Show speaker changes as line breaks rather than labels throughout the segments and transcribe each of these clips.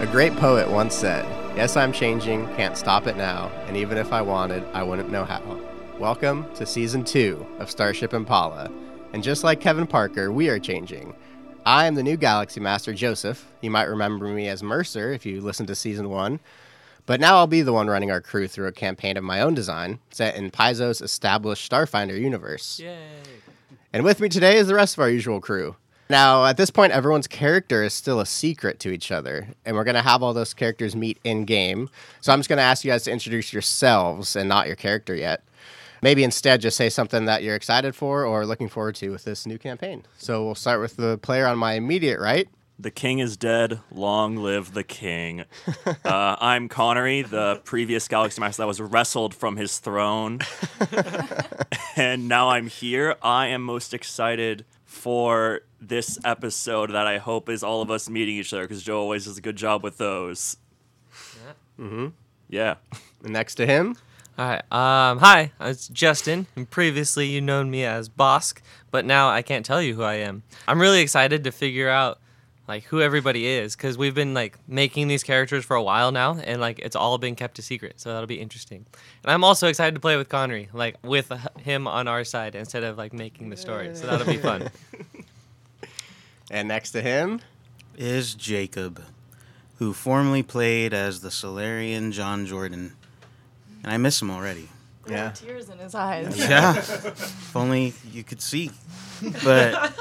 A great poet once said, Yes, I'm changing, can't stop it now, and even if I wanted, I wouldn't know how. Welcome to season two of Starship Impala. And just like Kevin Parker, we are changing. I am the new Galaxy Master Joseph. You might remember me as Mercer if you listened to season one. But now I'll be the one running our crew through a campaign of my own design, set in Paizo's established Starfinder universe. And with me today is the rest of our usual crew. Now, at this point, everyone's character is still a secret to each other, and we're going to have all those characters meet in game. So I'm just going to ask you guys to introduce yourselves and not your character yet. Maybe instead, just say something that you're excited for or looking forward to with this new campaign. So we'll start with the player on my immediate right.
The king is dead. Long live the king. Uh, I'm Connery, the previous Galaxy Master that was wrestled from his throne. and now I'm here. I am most excited for this episode that I hope is all of us meeting each other because Joe always does a good job with those. Yeah.
Next to him,
All right. Um, hi, it's Justin. And previously, you known me as Bosk, but now I can't tell you who I am. I'm really excited to figure out like who everybody is because we've been like making these characters for a while now, and like it's all been kept a secret. So that'll be interesting. And I'm also excited to play with Connery, like with h- him on our side instead of like making the story. So that'll be fun.
and next to him,
is Jacob, who formerly played as the Solarian John Jordan. And I miss him already.
Yeah.
Little tears in his eyes.
Yeah. if only you could see. But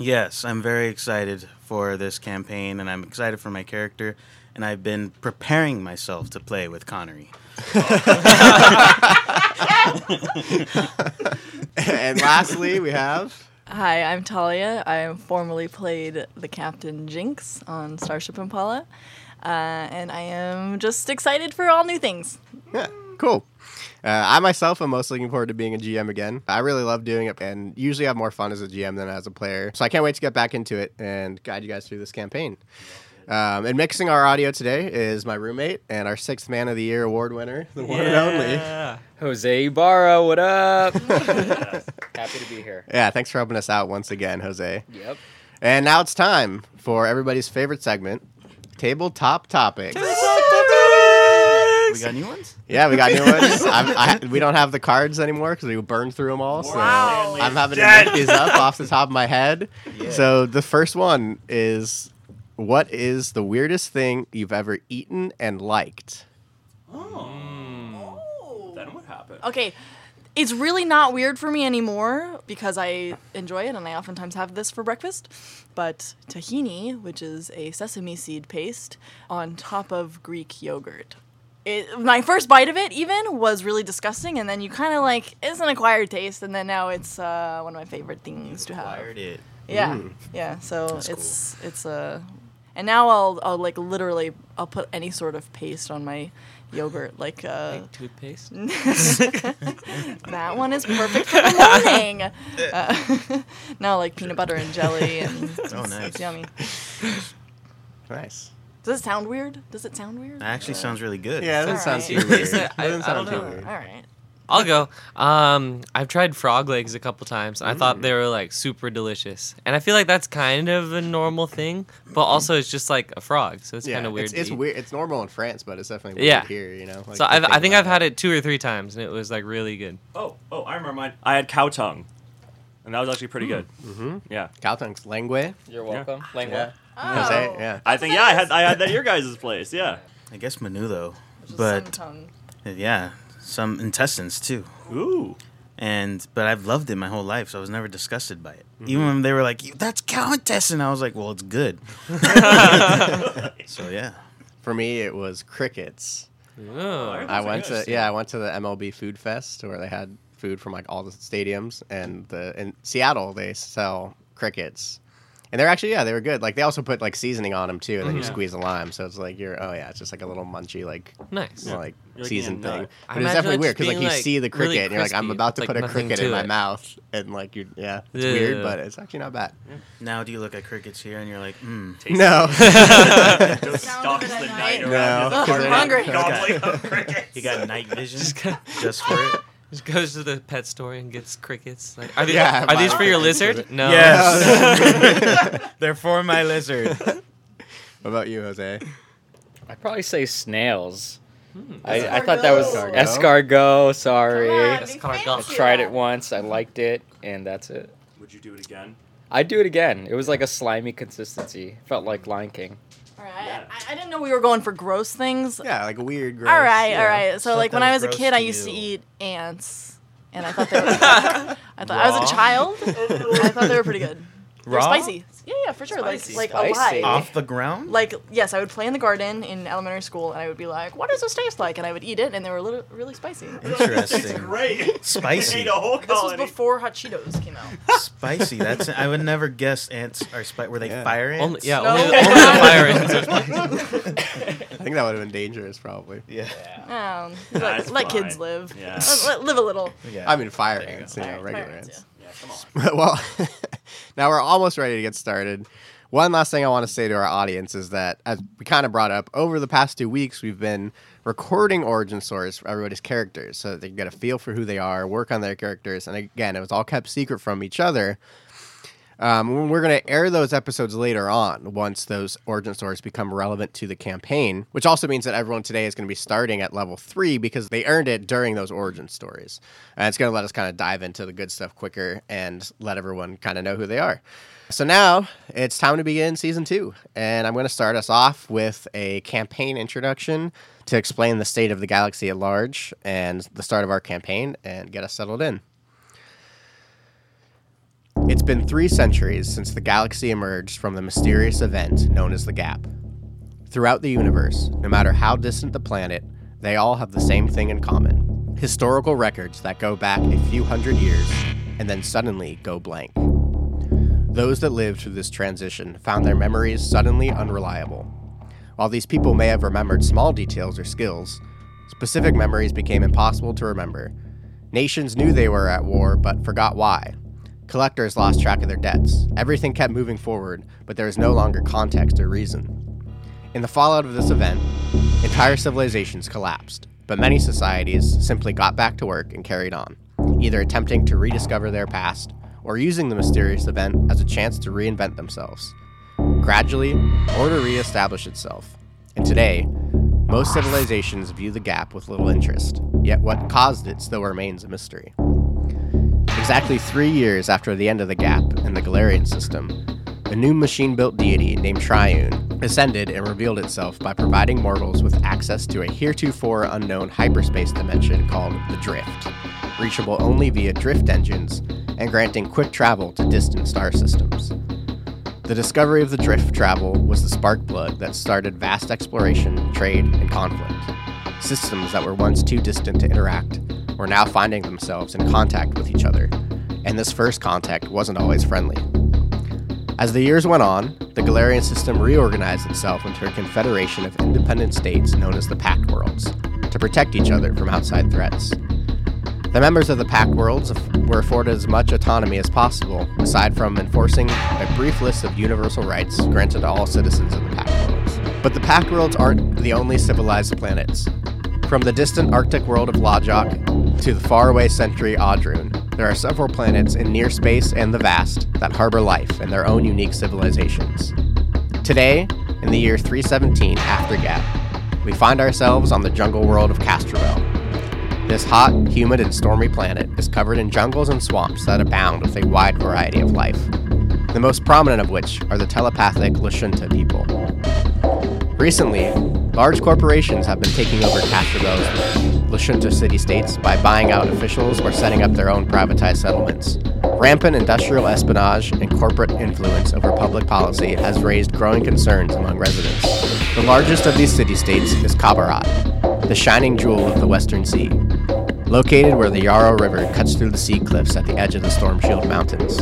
yes, I'm very excited for this campaign and I'm excited for my character. And I've been preparing myself to play with Connery.
and lastly, we have.
Hi, I'm Talia. I formerly played the Captain Jinx on Starship Impala. Uh, and I am just excited for all new things.
Yeah, cool. Uh, I myself am most looking forward to being a GM again. I really love doing it and usually have more fun as a GM than as a player. So I can't wait to get back into it and guide you guys through this campaign. Um, and mixing our audio today is my roommate and our sixth man of the year award winner, the one and only.
Jose Ibarra, what up? Happy to be here.
Yeah, thanks for helping us out once again, Jose.
Yep.
And now it's time for everybody's favorite segment, Tabletop Topics.
We got new ones?
Yeah, we got new ones. I'm, I, we don't have the cards anymore because we burned through them all. So
Wow.
I'm having to make these up off the top of my head. So the first one is, what is the weirdest thing you've ever eaten and liked?
Then what happened?
Okay, it's really not weird for me anymore because I enjoy it and I oftentimes have this for breakfast. But tahini, which is a sesame seed paste on top of Greek yogurt. It, my first bite of it even was really disgusting, and then you kind of like it's an acquired taste, and then now it's uh, one of my favorite things to have.
Fired it.
Yeah, yeah. So it's it's a, and now I'll I'll like literally I'll put any sort of paste on my yogurt like uh,
Toothpaste.
that one is perfect for the morning. Uh, no, like peanut butter and jelly, and it's,
Oh, nice.
it's yummy.
Nice.
Does it sound weird? Does it sound weird?
That actually sounds really good.
Yeah, that doesn't sound too
Alright.
weird.
I- I
Doesn't sound
don't
too
know.
All
weird.
right.
I'll go. Um, I've tried frog legs a couple times. I
Mm.
thought they were like super delicious, and I feel like that's kind of a normal thing, but also it's just like a frog, so it's
Yeah,
kind of weird.
It's,
to
it's
eat.
weird. It's normal in France, but it's definitely weird
Yeah.
here. You know. like,
So
to
I've, I think
about
I've had it two or three times, and it was like really good.
Oh, oh, I remember mine. I had cow tongue. And that was actually pretty good. Mm-hmm. Yeah.
Cow tongues, langue.
You're
welcome.
welcome.
Yeah.
Oh,
Jose, yeah.
I think yeah, I had I had that at your guys' place. Yeah.
I guess Manu, though.
just some
But
tongue.
yeah, some intestines, too.
Ooh.
and but I've loved it my whole life, so I was never disgusted by it. Even when they were like, "That's cow intestine," I was like, "Well, it's good." so yeah,
For me, it was crickets.
Oh,
I went to
Interesting.
yeah, I went to the MLB Food Fest where they had food from like all the stadiums and the in Seattle they sell crickets. And they're actually yeah, they were good. Like they also put like seasoning on them too and then you
Mm-hmm.
Mhm.
squeeze a lime, so it's like you're oh yeah, it's just like a little munchy like like
nice.
You're like mm,
seasoned
eating a
thing.
I
nut.
But it's
imagine
definitely
it
weird cuz
just
like you
being, like,
see the cricket
really
and you're like I'm
crispy.
about to
It's,
put
like,
a
nothing
cricket in
to
my
it.
mouth and like you yeah, it's weird
Ew.
but it's actually not bad.
now do you look at crickets here and you're like, "Hmm,
No.
Just
sound
stops
of
the
it at
night
night.
around.
No.
his apartment,
Hungry.
Gobbling up crickets.
you got night vision
Just, go,
just for it."
just goes to the pet store and gets crickets. Like, are, these,
Yeah,
are these
buy
for your
crickets.
lizard? No.
Yes, they're for my lizard.
What about you, Jose?
I'd probably say snails. I, I
Escargot.
thought that was
Escargot.
escargot. Sorry.
Come on,
I
be
kinda
fancy
tried it
about
once. I liked it, and that's it.
Would you do it again?
I'd do it again. It was like a slimy consistency. Felt like Lion King.
All right.
Yeah.
I, I didn't know we were going for gross things.
Yeah, like weird. Gross.
all right,
yeah.
all right. So,
Stuff
like,
that
when I was
was
a
gross
kid, I
to
used to
you.
eat ants. And I thought they were. I thought I was a child. I thought they were pretty good. They're
Raw?
spicy. Yeah, yeah, for sure.
Spicy.
Like, like
Spicy.
alive.
Off the ground?
Like, yes, I would play in the garden in elementary school, and I would be like, "What does this taste like?" And I would eat it, and they were little, really spicy.
Interesting.
Great.
Spicy.
whole
This was before hot Cheetos came out.
spicy. That's I would never guess ants are spicy. Were they
Yeah.
fire ants?
Only, yeah,
No.
only, only the fire ants are spicy.
I think that would have been dangerous, probably.
Yeah.
Um,
That's
let, let kids
fine.
live.
Yeah.
Let- let- live a little.
Yeah.
I mean, fire ants, you
All
know,
right,
regular
fire
ants.
ants,
Yeah, come on.
well, now we're almost ready to get started. One last thing I want to say to our audience is that, as we kind of brought up, over the past two weeks, we've been recording origin stories for everybody's characters so that they can get a feel for who they are, work on their characters. And again, it was all kept secret from each other. Um, we're going to air those episodes later on once those origin stories become relevant to the campaign, which also means that everyone today is going to be starting at level three because they earned it during those origin stories. And it's going to let us kind of dive into the good stuff quicker and let everyone kind of know who they are. So now it's time to begin season two. And I'm going to start us off with a campaign introduction to explain the state of the galaxy at large and the start of our campaign and get us settled in. It's been three centuries since the galaxy emerged from the mysterious event known as the Gap. Throughout the universe, no matter how distant the planet, they all have the same thing in common historical records that go back a few hundred years and then suddenly go blank. Those that lived through this transition found their memories suddenly unreliable. While these people may have remembered small details or skills, specific memories became impossible to remember. Nations knew they were at war but forgot why, Collectors lost track of their debts. Everything kept moving forward, but there was no longer context or reason. In the fallout of this event, entire civilizations collapsed, but many societies simply got back to work and carried on, either attempting to rediscover their past or using the mysterious event as a chance to reinvent themselves. Gradually, order reestablished itself, and today, most civilizations view the gap with little interest, yet what caused it still remains a mystery. Exactly three years after the end of the gap in the Galarian system, a new machine built deity named Triune ascended and revealed itself by providing mortals with access to a heretofore unknown hyperspace dimension called the Drift, reachable only via drift engines and granting quick travel to distant star systems. The discovery of the drift travel was the spark plug that started vast exploration, trade, and conflict. Systems that were once too distant to interact were now finding themselves in contact with each other, and this first contact wasn't always friendly. As the years went on, the Galarian system reorganized itself into a confederation of independent states known as the Pact Worlds to protect each other from outside threats. The members of the Pact Worlds aff- were afforded as much autonomy as possible, aside from enforcing a brief list of universal rights granted to all citizens of the Pact Worlds. But the Pact Worlds aren't the only civilized planets. From the distant Arctic world of Lajok to the faraway century Audrun, there are several planets in near space and the vast that harbor life and their own unique civilizations. Today, in the year 317 after Gap, we find ourselves on the jungle world of Castrovel. This hot, humid, and stormy planet is covered in jungles and swamps that abound with a wide variety of life, the most prominent of which are the telepathic Lashunta people. Recently, large corporations have been taking over Castrovel's Lashunta city states by buying out officials or setting up their own privatized settlements. Rampant industrial espionage and corporate influence over public policy has raised growing concerns among residents. The largest of these city states is Kabarat, the shining jewel of the Western Sea. Located where the Yarrow River cuts through the sea cliffs at the edge of the Storm Shield Mountains,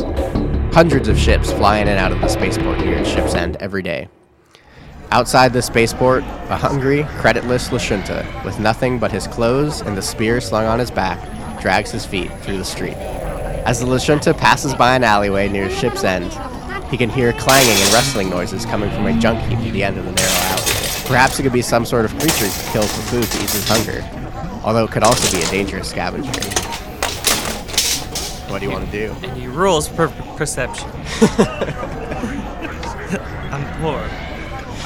hundreds of ships fly in and out of the spaceport here at Ship's End every day. Outside the spaceport, a hungry, creditless Lashunta, with nothing but his clothes and the spear slung on his back, drags his feet through the street. As the Lashunta passes by an alleyway near ship's end, he can hear clanging and rustling noises coming from a junk heap at the end of the narrow alley. Perhaps it could be some sort of creature he kills for food to ease his hunger, although it could also be a dangerous scavenger. What do you want to do?
And he rules per- perception. I'm poor.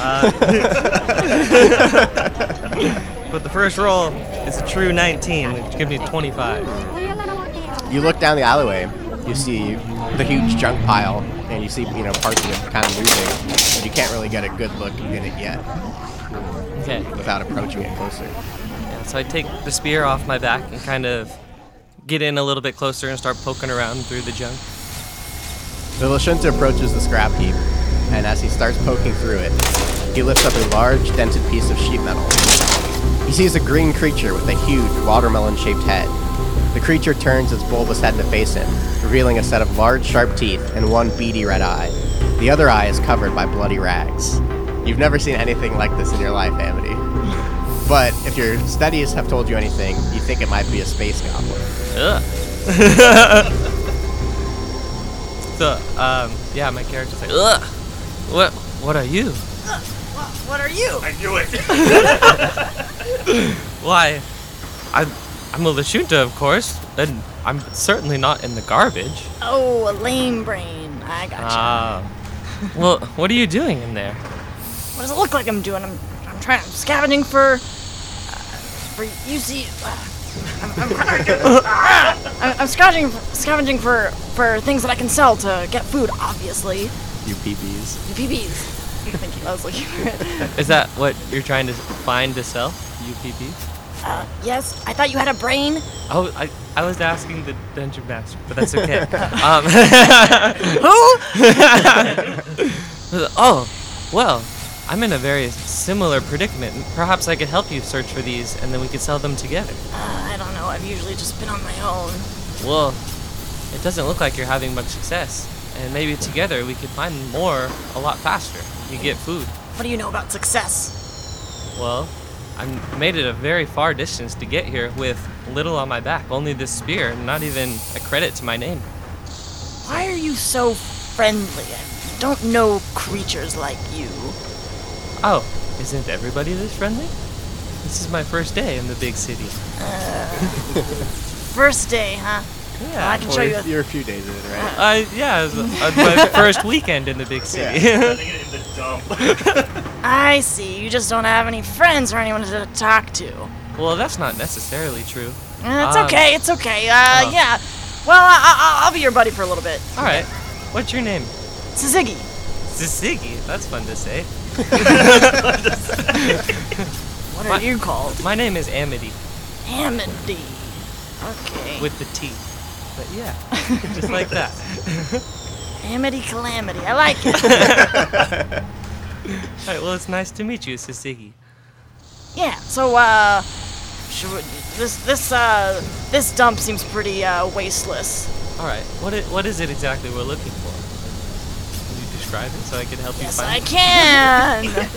But the first roll is a true 19, which gives me 25.
You look down the alleyway. You see the huge junk pile, and you see you know parts of it kind of moving. But you can't really get a good look at it yet
Okay.
without approaching it closer.
Yeah, so I take the spear off my back and kind of get in a little bit closer and start poking around through the junk.
The Lashunta approaches the scrap heap, and as he starts poking through it, he lifts up a large, dented piece of sheet metal. He sees a green creature with a huge, watermelon shaped head. The creature turns its bulbous head to face him, revealing a set of large, sharp teeth and one beady red eye. The other eye is covered by bloody rags. You've never seen anything like this in your life, Amity. But if your studies have told you anything, you think it might be a space goblin.
Ugh. so, um, yeah, my character's like, ugh. What? What are you?
What are you?
I knew it.
Why? I'm I'm a Lashunta, of course, and I'm certainly not in the garbage.
Oh, a lame brain. I gotcha.
Ah. well, what are you doing in there?
what does it look like I'm doing? I'm, I'm trying. I'm scavenging for. Uh, for UC. Uh, I'm, I'm, I'm scavenging, scavenging for, for things that I can sell to get food, obviously.
You peepees.
The PBs. Thank you. I was looking for it.
Is that what you're trying to find to sell? UPP?
Uh, yes, I thought you had a brain.
Oh, I, I was asking the dungeon master, but that's okay. um, who? oh, well, I'm in a very similar predicament. Perhaps I could help you search for these, and then we could sell them together.
I don't know. I've usually just been on my own.
Well, it doesn't look like you're having much success, and maybe together we could find more a lot faster. You get food.
What do you know about success?
Well, I made it a very far distance to get here with little on my back, only this spear, not even a credit to my name.
Why are you so friendly? I don't know creatures like you.
Oh, isn't everybody this friendly? This is my first day in the big city.
First day, huh? I
Yeah.
can show you. A
You're a few days in, right?
Uh, yeah, it was uh, my first weekend in the big city.
I see. You just don't have any friends or anyone to talk to.
well, that's not necessarily true.
Uh, It's
Um,
okay. It's okay. Uh,
oh.
yeah. Well, I, I, I'll be your buddy for a little bit.
All right. What's your name?
Suzigi.
Ziggy. That's fun to say.
What
My-
are you called?
My name is Amity
Amity. Okay.
with the T. But yeah, just like that.
Amity Calamity. I like it.
All right. Well, it's nice to meet you, Sisigi.
Yeah. So uh, should we, this this uh this dump seems pretty uh wasteless.
All right. What is, what is it exactly we're looking for? Can you describe it so I can help
Yes,
you
I
find?
can.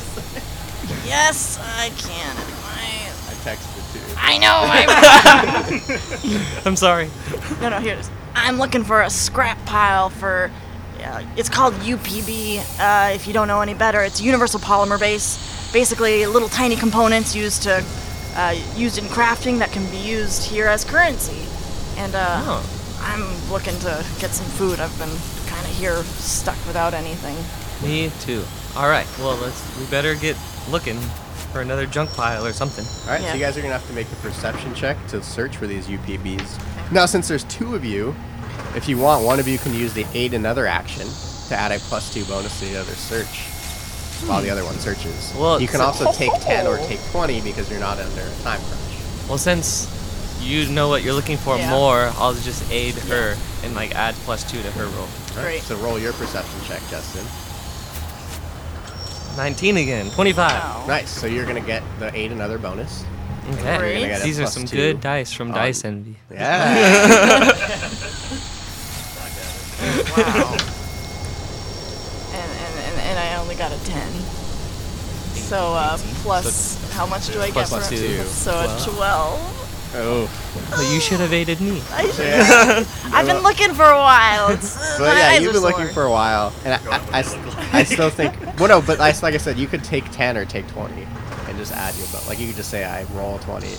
yes, I can. I,
I texted too.
I know. I,
it? I'm sorry.
no, no. Here it is. I'm looking for a scrap pile for. Yeah, it's called UPB. Uh, if you don't know any better, it's universal polymer base. Basically, little tiny components used to uh, used in crafting that can be used here as currency. And uh,
Oh.
I'm looking to get some food. I've been kind of here stuck without anything.
Me too. All right. Well, let's. We better get looking for another junk pile or something.
All right, so
Yeah.
you guys are gonna have to make a perception check to search for these UPBs. Now, since there's two of you, if you want, one of you can use the aid another action to add a plus two bonus to the other search while
Hmm.
the other one searches.
Well,
you can
so-
also take ten or take twenty because you're not under a time crunch.
Well, since you know what you're looking for
Yeah.
more, I'll just aid her and like add plus two to her roll.
All
Great.
So roll your perception check, Justin.
19 again. 25.
Wow.
Nice. So you're gonna get the aid another bonus.
Okay.
Great. You're gonna
get a
These are
plus
some
two
good dice from
on-
Dice Envy.
Yeah.
Wow. and, and, and, and I only got a 10. So, uh, plus, how much do I
Plus
get for
two.
So, a 12.
oh.
But you should have aided me.
I should,
Yeah.
I've been looking for a while. It's, uh,
But yeah, you've been looking for a while, and I, I, I s- I still think. Well, no, but I, s- like I said, you could take ten or take twenty, and just add your. But like you could just say, I roll twenty.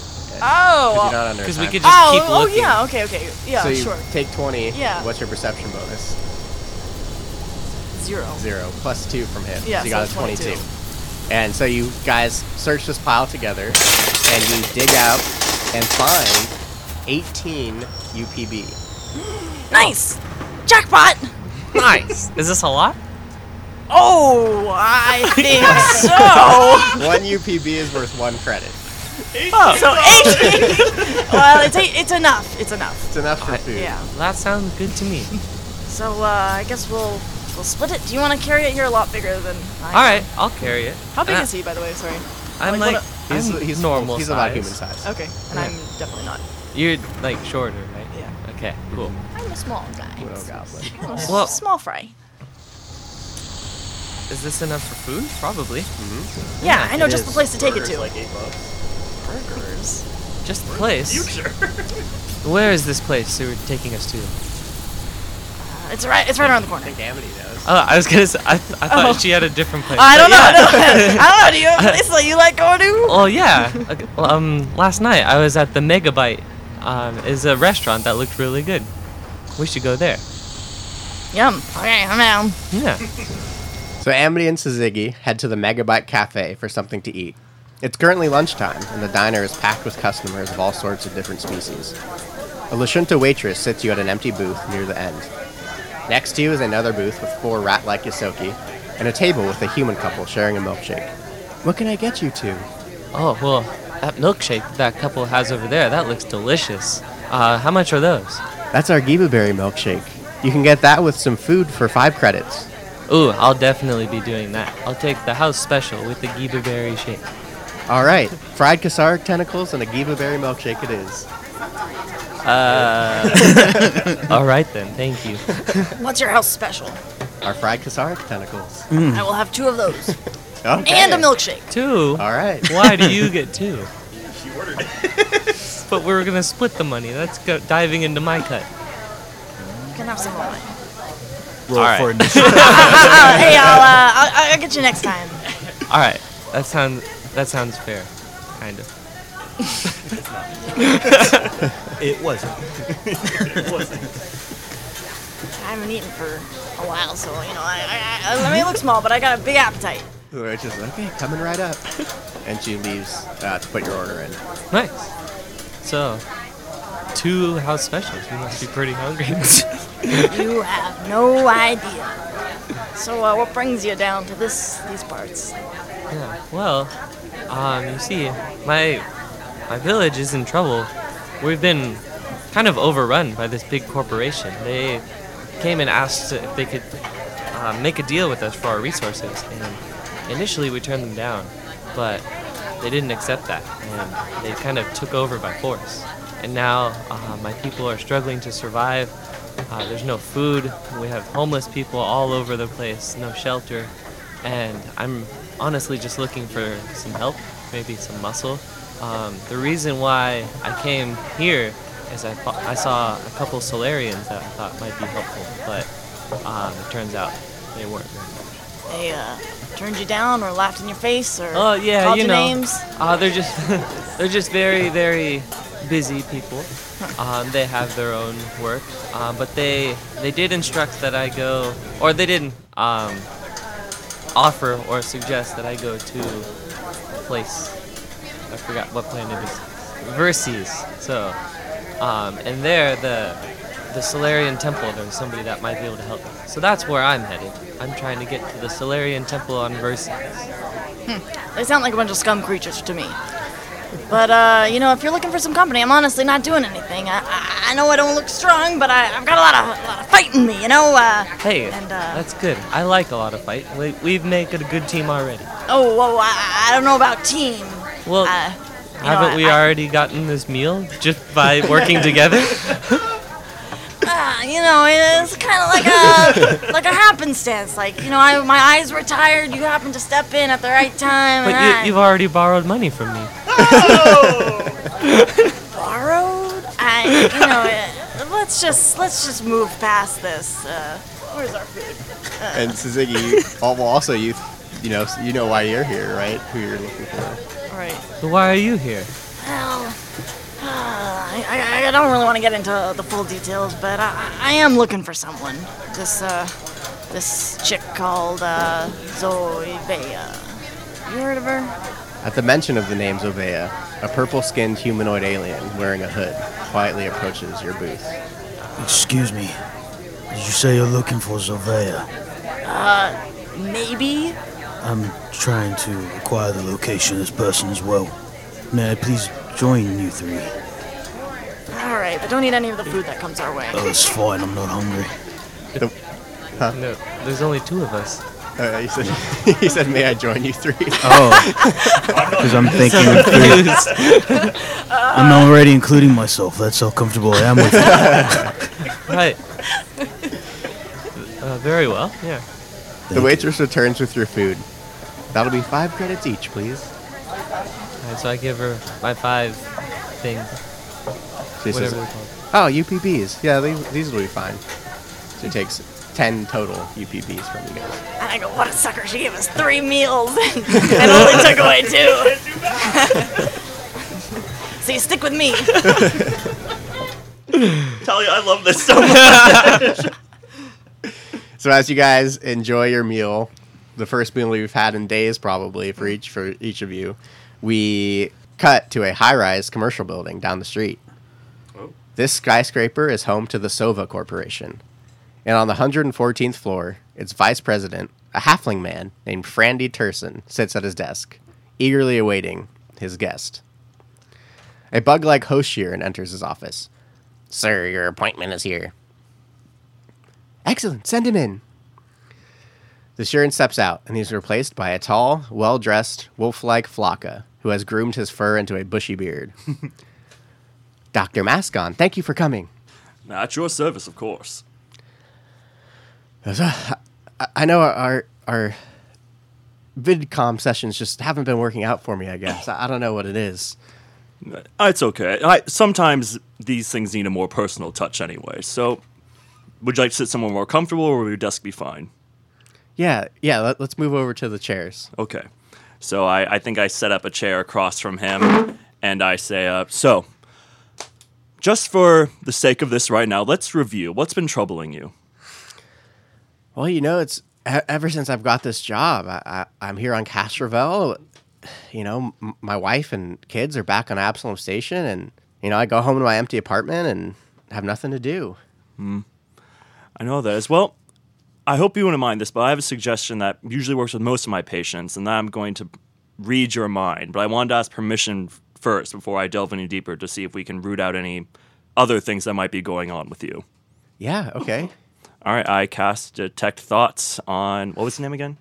Oh!
Because
Because
we could just
oh,
keep
oh,
looking.
yeah, okay, okay. Yeah,
so you
sure.
take twenty.
Yeah.
What's your perception bonus?
Zero.
Zero plus two from him.
Yeah,
So you
so
got a
22.
twenty-two. And so you guys search this pile together, and you dig out and find 18 UPB.
Nice! Jackpot!
Nice. Is this a lot?
Oh, I think so.
One UPB is worth one credit.
So 18. well, it's eight, it's enough. It's enough.
It's enough for food.
Yeah.
That sounds good to me.
So uh, I guess we'll we'll split it. Do you want to carry it? You're a lot bigger than I. am.
All right, I'll carry it.
How big
And I-
is he, by the way? Sorry.
I'm
Like,
like,
what
He's,
I'm
he's
normal.
He's
size.
about human size.
Okay. And I'm definitely not.
You're like shorter, right?
Yeah.
Okay, cool.
I'm a small guy.
Little goblin.
I'm a s-
Well-
small fry.
Is this enough for food? Probably.
Yeah, I know
it
just
is.
the place to take it to.
eight bucks.
burgers.
Just the place. Where is this place you were taking us to?
Uh, it's right. It's right around the corner.
Amity knows.
Oh, I was gonna. Say, I, I thought
Oh.
she had a different place.
I
but
don't know.
yeah.
I don't know. Do you have a place that you like going to?
Well, yeah. Okay, well, Um, last night I was at the Megabyte. Um, is a restaurant that looked really good. We should go there.
Yum. Okay, I'm down.
Yeah.
So Amity and Suzuki head to the Megabyte Cafe for something to eat. It's currently lunchtime, and the diner is packed with customers of all sorts of different species. A Lashunta waitress sits you at an empty booth near the end. Next to you is another booth with four rat-like Yosoki, and a table with a human couple sharing a milkshake. What can I get you two?
Oh well, that milkshake that couple has over there that looks delicious. Uh, how much are those?
That's our Giba Berry milkshake. You can get that with some food for five credits.
Ooh, I'll definitely be doing that. I'll take the house special with the Giba berry shake.
All right, fried Kasaric tentacles and a Giba Berry milkshake it is.
All right then, thank you.
What's your house special?
Our fried Kasaric tentacles.
Hmm.
I will have two of those
Okay.
and a milkshake.
Two.
All right.
Why do you get two? She ordered it. but we're gonna split the money. That's go- diving into my cut.
You can have some wine.
Roll
All right.
for initiative.
Oh, hey, I'll, uh, I'll I'll get you next time.
All right, that sounds that sounds fair, kind of.
it wasn't.
I haven't eaten for a while, so you know, I, I, I, I mean, it looks small, but I got a big appetite.
The waitress is okay, coming right up. And she leaves uh, to put your order in.
Nice. So, two house specials. We must be pretty hungry.
You have no idea. So, uh, what brings you down to this these parts?
yeah. Well, um, you see, my my village is in trouble. We've been kind of overrun by this big corporation. They came and asked if they could uh, make a deal with us for our resources, and initially we turned them down, but they didn't accept that, and they kind of took over by force. And now uh, my people are struggling to survive. Uh, there's no food. We have homeless people all over the place. No shelter, and I'm honestly just looking for some help, maybe some muscle. Um, the reason why I came here is I, fo- I saw a couple Solarians that I thought might be helpful, but um, it turns out they weren't.
They uh, turned you down, or laughed in your face, or
Oh yeah,
called
you
you
know,
names?
Uh, they're just they're just very very busy people. Um, they have their own work, um, but they they did instruct that I go, or they didn't um, offer or suggest that I go to a place. I forgot what planet it is. Verses. So, um, and there the the Solarian Temple. There's somebody that might be able to help me. So that's where I'm headed. I'm trying to get to the Solarian Temple on Verses.
They sound like a bunch of scum creatures to me. But uh, you know, if you're looking for some company, I'm honestly not doing anything. I, I, I know I don't look strong, but I, I've got a lot of a lot of fight in me, you know. Uh,
Hey,
And, uh,
that's good. I like a lot of fight. We, we've made it a good team already.
oh, whoa, I, I don't know about team.
Well,
Uh, you know,
haven't we
I-
already gotten this meal just by working together?
Ah, you know, it's kind of like a like a happenstance. Like you know, I my eyes were tired. You happened to step in at the right time. and
But
I
you, you've already borrowed money from me.
borrowed. I you know, uh, let's just let's just move past this. Uh, where's our food?
And Suzuki, you, oh, well, also you, you know, you know why you're here, right? Who you're looking for.
All right.
So why are you here?
Well, uh, I, I, I don't really want to get into the full details, but I, I am looking for someone. This uh, this chick called uh, Zoe Bea. You heard of her?
At the mention of the name Zovea, a purple skinned humanoid alien wearing a hood quietly approaches your booth.
Excuse me. Did you say you're looking for Zovea?
Maybe.
I'm trying to acquire the location of this person as well. May I please join you three?
All right, but don't eat any of the food that comes our way.
Oh, it's fine. I'm not hungry.
No, there's only two of us.
Uh, he, said, he said, May I join you three?
Oh, because I'm thinking of three. I'm already including myself. That's how comfortable I am with it.
Right. Uh, very well. Yeah.
the waitress returns with your food. That'll be five credits each, please.
All right, Uh, so I give her my five thing,
She says,
whatever they're called.
Oh, UPBs. Yeah, these, these will be fine. So he takes 10 total UPBs from you guys.
And I go, what a sucker! She gave us three meals and only took away two. See, stick with me.
Talia, I love this so much.
So as you guys enjoy your meal, the first meal we've had in days probably for each for each of you, we cut to a high-rise commercial building down the street. This skyscraper is home to the Sova Corporation. And on the 114th floor, its vice president, a halfling man named Frandy Turson, sits at his desk, eagerly awaiting his guest. A bug-like host Sheeran enters his office. Sir, your appointment is here. Excellent. Send him in. The Sheeran steps out, and he's replaced by a tall, well dressed, wolf like Flocka, who has groomed his fur into a bushy beard. Dr. Mascon, thank you for coming.
Now, at your service, of course.
I, I know our, our, our VidCom sessions just haven't been working out for me, I guess. I, I don't know what it is.
Uh, It's okay. I, sometimes these things need a more personal touch anyway. So, would you like to sit somewhere more comfortable or would your desk be fine?
Yeah, yeah, let, let's move over to the chairs.
Okay. So, I, I think I set up a chair across from him and I say, uh, So, just for the sake of this right now, let's review what's been troubling you.
Well, you know, it's e- ever since I've got this job. I, I, I'm here on Castrovel. You know, m- my wife and kids are back on Absalom Station, and you know, I go home to my empty apartment and have nothing to do.
I know that as well. I hope you wouldn't mind this, but I have a suggestion that usually works with most of my patients, and that I'm going to read your mind. But I wanted to ask permission f- first before I delve any deeper to see if we can root out any other things that might be going on with you.
Yeah, okay.
All right, I cast Detect Thoughts on what was his name again?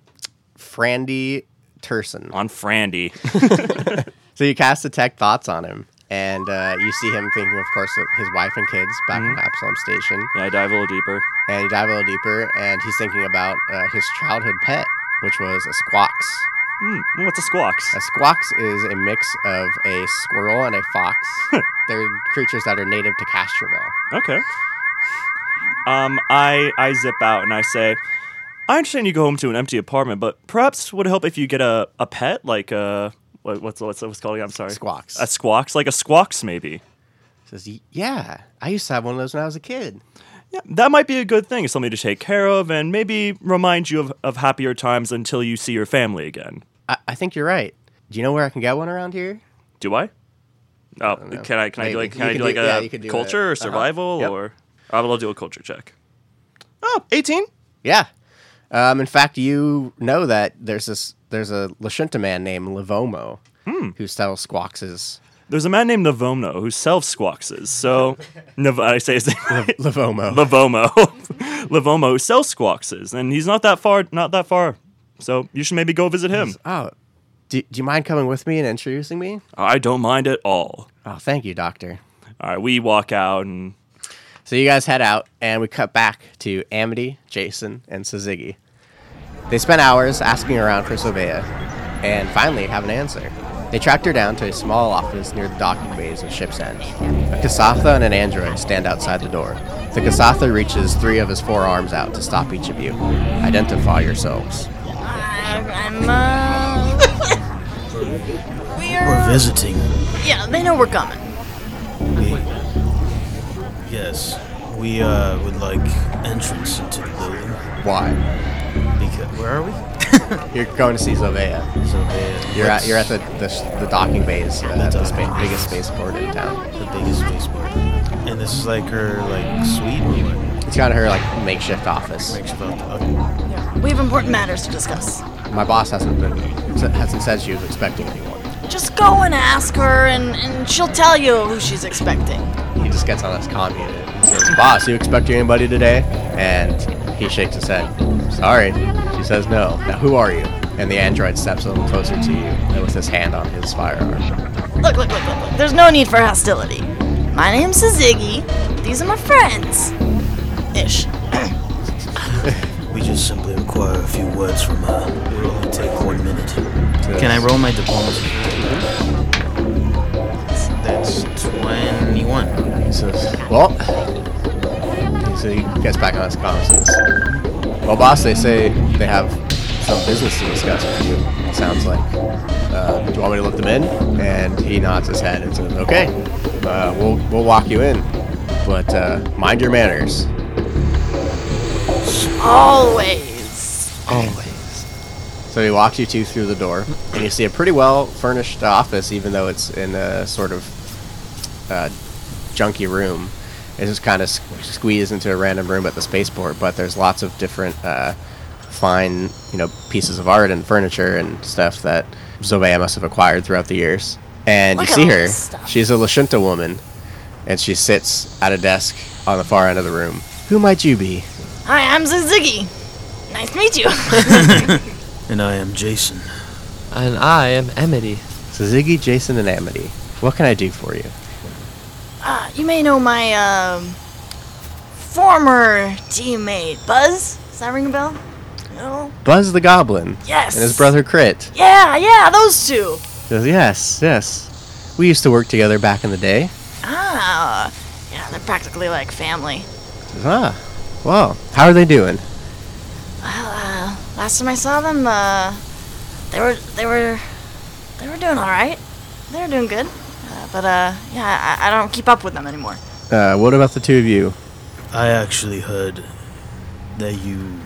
Frandy Turson.
On Frandy.
So you cast detect thoughts on him, and uh, you see him thinking, of course, of his wife and kids back on Absalom Station.
yeah, I dive a little deeper.
And you dive a little deeper, and he's thinking about uh, his childhood pet, which was a squawks.
Hmm, What's a squawks?
A squawks is a mix of a squirrel and a fox. They're creatures that are native to Castroville.
Okay. Um, I I zip out and I say, I understand you go home to an empty apartment, but perhaps would help if you get a, a pet like a what, what's what's what's it called? again? I'm sorry,
Squawks.
A squawks, like a squawks maybe.
Says, "Y- yeah, I used to have one of those when I was a kid.
Yeah, that might be a good thing, something to take care of, and maybe remind you of, of happier times until you see your family again.
I, I think you're right. Do you know where I can get one around here?
Do I? Oh,
know.
can I can I
Maybe.
do like can
You
I
can
do like
do- yeah,
a
you can do
culture
a-
or
uh-huh.
survival
Yep.
or I will do a culture check. Oh, 18?
Yeah. Um, in fact, you know that there's this there's a Lashunta man named Livomo who sells squawkses.
There's a man named Navomno who sells squawkses. So, Nav- I say his name.
Livomo.
Lavomo. Lavomo who sells squawkses, and he's not that far. Not that far. So you should maybe go visit him.
oh, do, do you mind coming with me and introducing me?
I don't mind at all.
Oh, thank you, doctor.
All right, we walk out, and
So you guys head out, and we cut back to Amity, Jason, and Saziggy. They spend hours asking around for Sovea, and finally have an answer. They tracked her down to a small office near the docking bays of Ship's End. A Kasatha and an android stand outside the door. The Kasatha reaches three of his forearms out to stop each of you. Identify yourselves.
I'm, uh...
We're
We're...
visiting.
Yeah, they know we're coming.
We,
Yes.
we uh, would like entrance into the building.
Why?
Because where are we?
You're going to see Zovea.
So they-
You're at
let's-
you're at the the, s- the docking bays uh, at the spa- biggest spaceport in town.
the biggest spaceport. And this is like her like suite or what?
It's got her like makeshift office.
Makes about okay.
We have important matters to discuss.
My boss hasn't been hasn't said she was expecting anyone.
Just go and ask her, and, and she'll tell you who she's expecting.
He just gets on his commute and says, "Boss, you expecting anybody today?" And he shakes his head. Sorry, she says no. Now who are you? And the android steps a little closer to you and with his hand on his firearm.
Look, look, look, look, look. There's no need for hostility. My name's Ziggy. These are my friends. Ish.
We just simply require a few words from her. It will only take one minute.
Can I roll my diplomacy? That's twenty-one.
He says, "Well," so he gets back on his comms. and says, Well, boss, they say they have some business to discuss with you. It sounds like. Uh, do you want me to let them in? And he nods his head and says, "Okay, uh, we'll we'll walk you in, but uh, mind your manners."
Always.
Always. So he walks you two through the door, and you see a pretty well furnished office, even though it's in a sort of uh, junky room. It's just kind of squeezed into a random room at the spaceport, but there's lots of different uh, fine, you know, pieces of art and furniture and stuff that Zobea must have acquired throughout the years. And
Look
you
at
see
all
her.
this stuff.
She's a Lashunta woman, and she sits at a desk on the far end of the room. Who might you be?
Hi, I'm Ziggy. Nice to meet you.
And I am Jason.
And I am Emity.
So Ziggy, Jason, and Amity, what can I do for you?
Uh, you may know my um, former teammate, Buzz. Does that ring a bell? No.
Buzz the Goblin.
Yes.
And his brother Crit.
Yeah, yeah, those two.
Says, yes, yes. We used to work together back in the day.
Ah, yeah, they're practically like family.
Says, ah, well, how are they doing?
Well, uh, last time I saw them, uh, they were they were they were doing all right. They were doing good. Uh, but uh, yeah, I, I don't keep up with them anymore.
Uh, what about the two of you?
I actually heard that you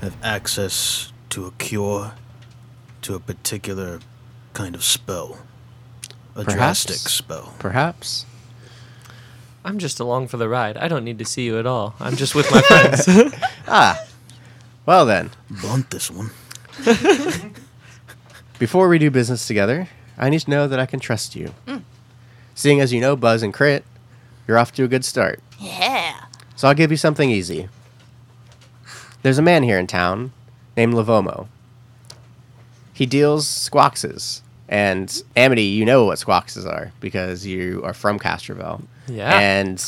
have access to a cure to a particular kind of spell. A
Perhaps.
drastic spell.
Perhaps.
I'm just along for the ride. I don't need to see you at all. I'm just with my friends.
Well then,
Blunt this one.
before we do business together, I need to know that I can trust you. Seeing as you know Buzz and Crit, you're off to a good start.
Yeah.
So I'll give you something easy. There's a man here in town named Lavomo. He deals squaxes. And Amity, you know what squaxes are because you are from Castroville.
Yeah.
And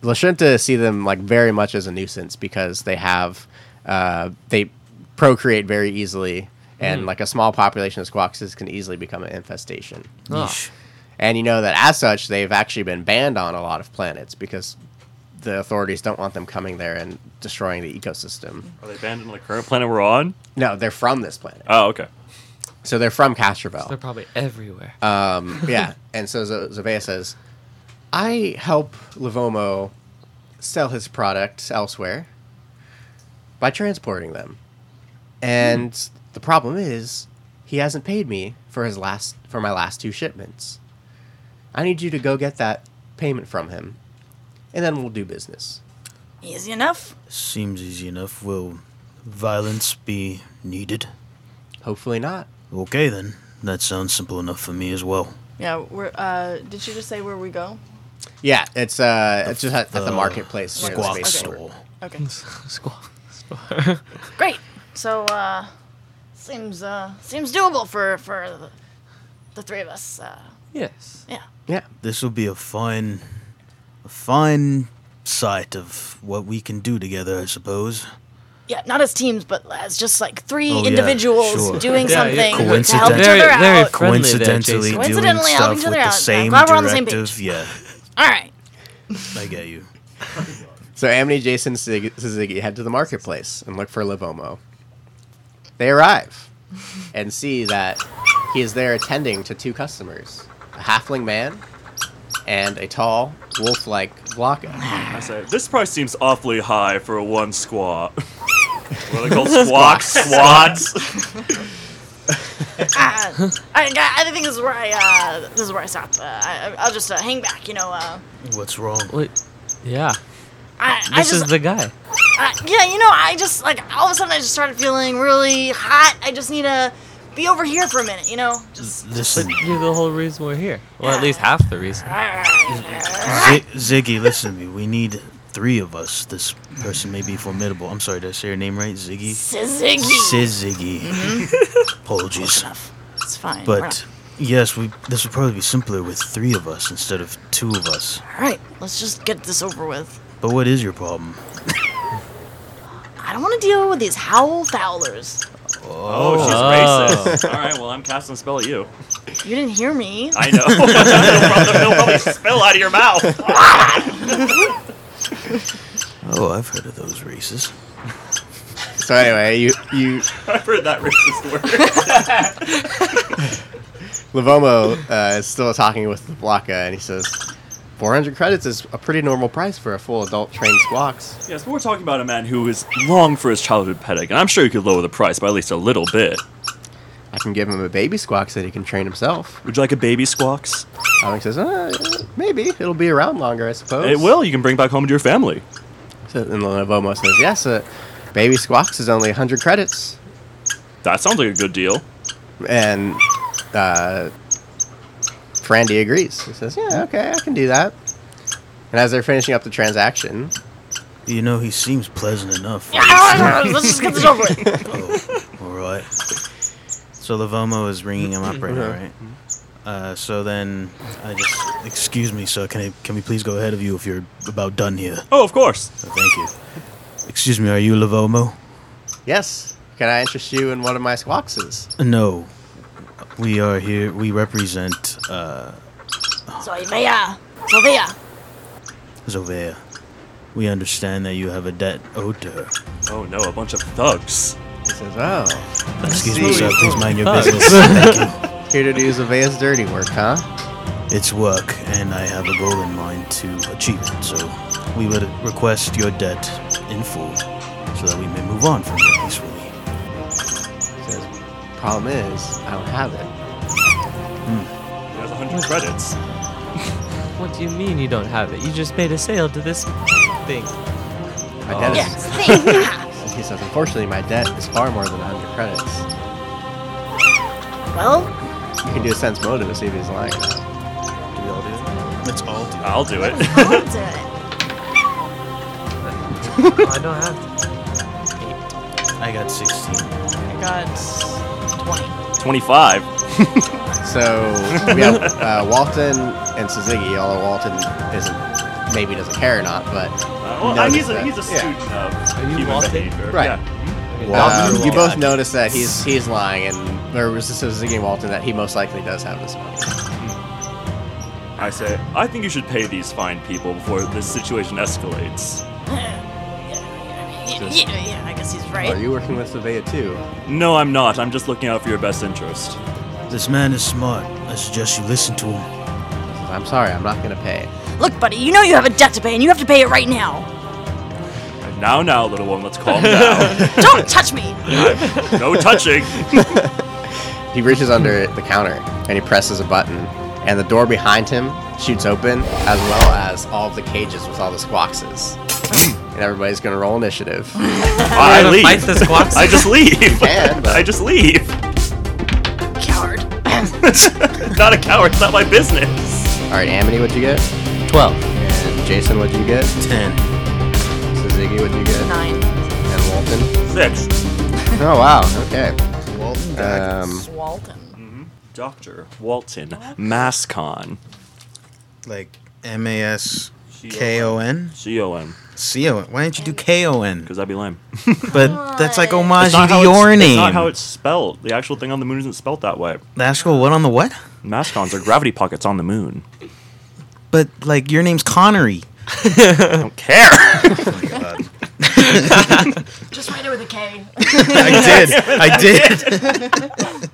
Lashunta see them like very much as a nuisance because they have uh, they procreate very easily and like a small population of squaxes can easily become an infestation.
Oh,
And you know that as such, they've actually been banned on a lot of planets because the authorities don't want them coming there and destroying the ecosystem.
Are they banned on the current planet we're on?
No, they're from this planet.
Oh, okay.
So they're from
they're
Castrovel.
probably everywhere.
Um, yeah. And so Z- Zovea says, I help Livomo sell his products elsewhere by transporting them. And
Hmm.
the problem is, he hasn't paid me for his last for my last two shipments. I need you to go get that payment from him, and then we'll do business.
Easy enough.
Seems easy enough. Will violence be needed?
Hopefully not.
Okay then. That sounds simple enough for me as well.
Yeah. We're. Uh, did you just say where we go?
Yeah, it's uh, it's just at, at the
uh,
marketplace. near the
Squawk
spaceport.
store.
Okay.
Squaw.
Great. So uh, seems uh, seems doable for for the, the three of us. Uh,
Yes.
yeah.
Yeah,
This will be a fine, a fine sight of what we can do together, I suppose.
Yeah, not as teams, but as just like three
Oh, yeah,
individuals
sure.
doing
Yeah,
something
yeah.
to help each
Coincident-
other
Very-
out.
very fr- Friendly there,
Coincidentally,
Jason.
doing
Coincidentally helping
stuff
each
with
other
the
out. I'm
same
glad we're on the same
directive.
page.
yeah,
All right.
I get you.
So Amity, Jason, Sig- Suzuki head to the marketplace and look for Livomo. They arrive and see that he is there attending to two customers, a halfling man and a tall, wolf-like Vlaka.
I say, this price seems awfully high for a one squat. What are they called? Squawks. Squads.
Uh, I, I think this is where I uh, this is where I stop. Uh, I, I'll just uh, hang back, you know. Uh,
What's wrong?
Wait, yeah.
I, I
This
just,
is the guy.
uh, yeah, you know, I just like all of a sudden I just started feeling really hot. I just need to be over here for a minute, you know. Just
Listen,
You're the whole reason we're here. Well, at least half the reason. Mm.
Zi- Ziggy, listen to me. We need three of us. This person may be formidable. I'm sorry, did I say your name right? Ziggy?
ziggy.
Sis Ziggy.
Mm-hmm.
Apologies.
It's fine. we're
But yes, we this would probably be simpler with three of us instead of two of us.
not- all right, let's just get this over with.
But what is your problem?
I don't want to deal with these howl fowlers.
Oh, she's
Oh.
racist. All right, well, I'm casting a spell at you.
You didn't hear me.
I know. He'll probably- he'll probably spill out of your mouth.
Oh, I've heard of those races.
So anyway, you you
I've heard that racist word.
Lavomo uh, is still talking with Blaka, and he says, 400 credits is a pretty normal price for a full adult trained squawks.
yes, but we're talking about a man who is long for his childhood pet egg, and I'm sure you could lower the price by at least a little bit.
I can give him a baby squawks that he can train himself.
Would you like a baby squawks?
Alex says, uh, maybe. It'll be around longer, I suppose.
It will. You can bring back home to your family.
So, and Lavomo says, yes, uh, baby squawks is only 100 credits.
That sounds like a good deal.
And uh, Frandy agrees. He says, yeah, okay, I can do that. And as they're finishing up the transaction,
You know, he seems pleasant enough.
Let's just get this over with.
Oh, all right.
So Lavomo is ringing him up right now, right? Uh, so then
I just excuse me, sir. Can I can we please go ahead of you if you're about done here?
Oh, of course.
So thank you. Excuse me, are you Lavomo?
yes, can I interest you in one of my squawkses?
No. We are here. We represent uh,
Soivea, Soivea.
Zovea. We understand that you have a debt owed to her.
Oh no, a bunch of thugs.
He says, oh,
Excuse me, sir. Please mind your
Thugs.
business. Thank
here to do Zavea's dirty work, huh?
you. It's work, and I have a goal in mind to achieve it. So we would request your debt in full, so that we may move on from here peacefully.
says, problem is, I don't have it.
He has 100 credits.
What do you mean you don't have it? You just made a sale to this thing.
My debt
Oh.
Yes, thank
is, he says, unfortunately, my debt is far more than 100 credits.
Well,
You can do a sense motive to see if he's lying or not.
Do we all do that? Let's all do
I'll do it.
I'll do it.
Oh, I don't have it.
I got 16.
I got 20.
25.
So, we have uh, Walton and Suzuki, although Walton isn't, maybe doesn't care or not, but
Uh, well,
Notice
he's, a,
that.
he's a
Yeah.
student of
you
human
Walton?
behavior.
Right.
Yeah.
um,
Walton.
you both notice that he's he's lying, and there was Suzuki and Walton that he most likely does have this money.
I say, I think you should pay these fine people before this situation escalates.
Yeah, yeah, yeah, I guess he's
Are
right.
you working with Savea too?
No, I'm not. I'm just looking out for your best interest.
This man is smart. I suggest you listen to him.
He says, I'm sorry, I'm not going to pay.
Look, buddy, you know you have a debt to pay, and you have to pay it right now.
Now, now, little one, let's calm down.
Don't touch me.
no touching.
He reaches under the counter and he presses a button, and the door behind him shoots open, as well as all of the cages with all the squawkses. and everybody's gonna roll initiative.
I
gonna
leave.
fight this squawk.
I just leave.
can, but-
I just leave.
Coward.
not a coward. It's not my business.
all right, Amity, what'd you get?
Twelve.
And Jason, what'd you get?
Ten.
Suzuki, what'd you get?
Nine.
And Walton.
Six.
Oh wow. Okay.
Walton
Um,
Walton.
Doctor Walton Mascon.
like M A S K O N
C O M.
C O N. Why didn't you do K O N?
Because that'd be lame.
But that's like
It's
homage
It's not
to
how
your
it's,
name.
It's not how it's spelled. The actual thing on the moon isn't spelled that way.
The actual what on the what?
Mascons are gravity pockets on the moon.
But like your name's Connery.
I don't care.
Just write it with a K.
I did. I did.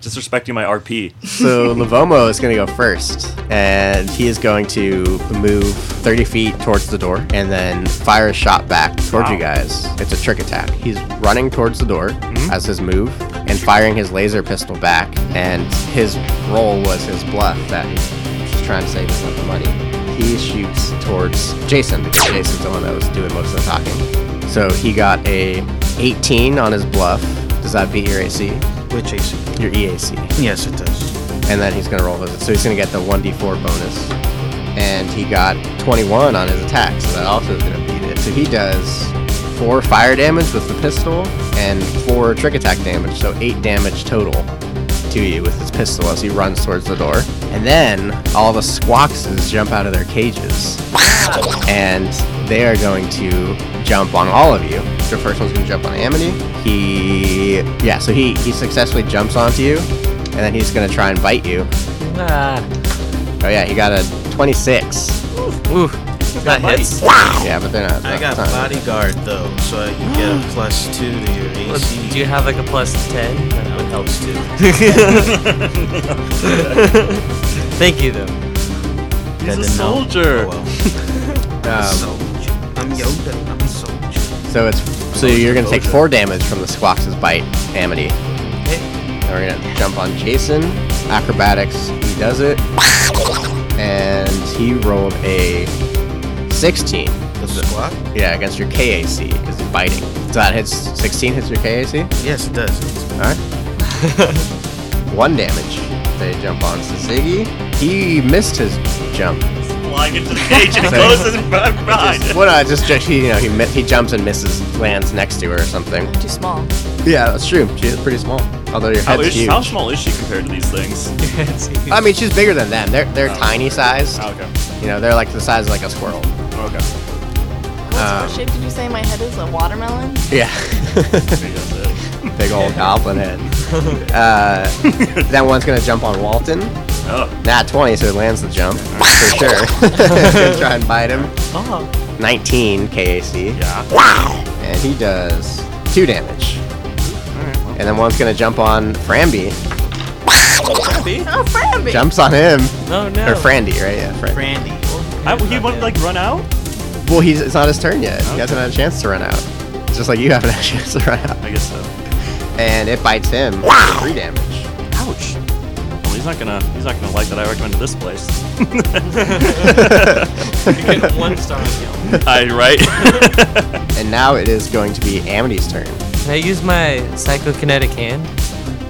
Just disrespecting my RP.
So Lavomo is going to go first, and he is going to move 30 feet towards the door and then fire a shot back towards you
Wow.
guys. It's a trick attack. He's running towards the door as his move and firing his laser pistol back, and his roll was his bluff that he's trying to save us some money. He shoots towards Jason because Jason's the one that was doing most of the talking. So he got a 18 on his bluff. Does that beat your AC?
Which AC?
Your E EAC
Yes, it does.
and then he's gonna roll with it. So he's gonna get the 1d4 bonus, and he got 21 on his attack, so that also is gonna beat it. So he does four fire damage with the pistol and four trick attack damage, so eight damage total to you with his pistol as he runs towards the door. And then all the squawkses jump out of their cages, and they are going to jump on all of you. The first one's gonna jump on Amity. He, yeah, so he he successfully jumps onto you and then he's gonna try and bite you.
Ah,
Oh yeah, he got a 26.
ooh, that hits.
Yeah, but they're not.
I
it's
got
not-
bodyguard though, so I can get a plus two to your AC.
Do you have like a plus ten?
that would help too.
Thank you though.
He's a
Better now.
soldier.
Oh, well.
Um,
soldier. I'm Yoda. I'm a soldier.
so it's so you're gonna take four damage from the squawks' bite, Amity. And we're gonna jump on Jason. Acrobatics, he does it, and he rolled a 16.
The squad?
Yeah, against your KAC because he's biting. So that hits 16 hits your KAC.
Yes, it does.
All right. One damage. They jump on Sazigi. He missed his jump.
Flying into the cage and
Sorry.
closes behind
Well, no, it's uh, just just he, you know, he mi- he jumps and misses, lands next to her or something.
Too
Uh,
small.
Yeah, that's true. She is pretty small, although your
How,
head's
is,
huge.
how small is she compared to these things?
I mean, she's bigger than them. They're they're tiny sized.
Oh, okay.
You know, they're like the size of like a squirrel.
Okay.
What's,
Um,
what shape did you say my head is? A watermelon?
Yeah,
Maybe that's it.
big old goblin head. Uh, that one's gonna jump on Walton.
Oh,
Nat 20, so it lands the jump for sure. gonna try and bite him.
Oh,
19 KAC.
yeah.
and he does two damage. And then one's gonna jump on Framby.
Oh, Framby!
Jumps on him
no, no.
or Frandy, right? Yeah, Frandy.
Brandy.
I, he wouldn't like run out.
Well, he's it's not his turn yet. He hasn't had a chance to run out. Just like you haven't had a chance to run out.
I guess so.
And it bites him. for Three damage.
Ouch. Well, he's not gonna. He's not gonna like that. I recommended this place.
Get one star on Yelp.
I right.
And now it is going to be Amity's turn.
Can I use my psychokinetic hand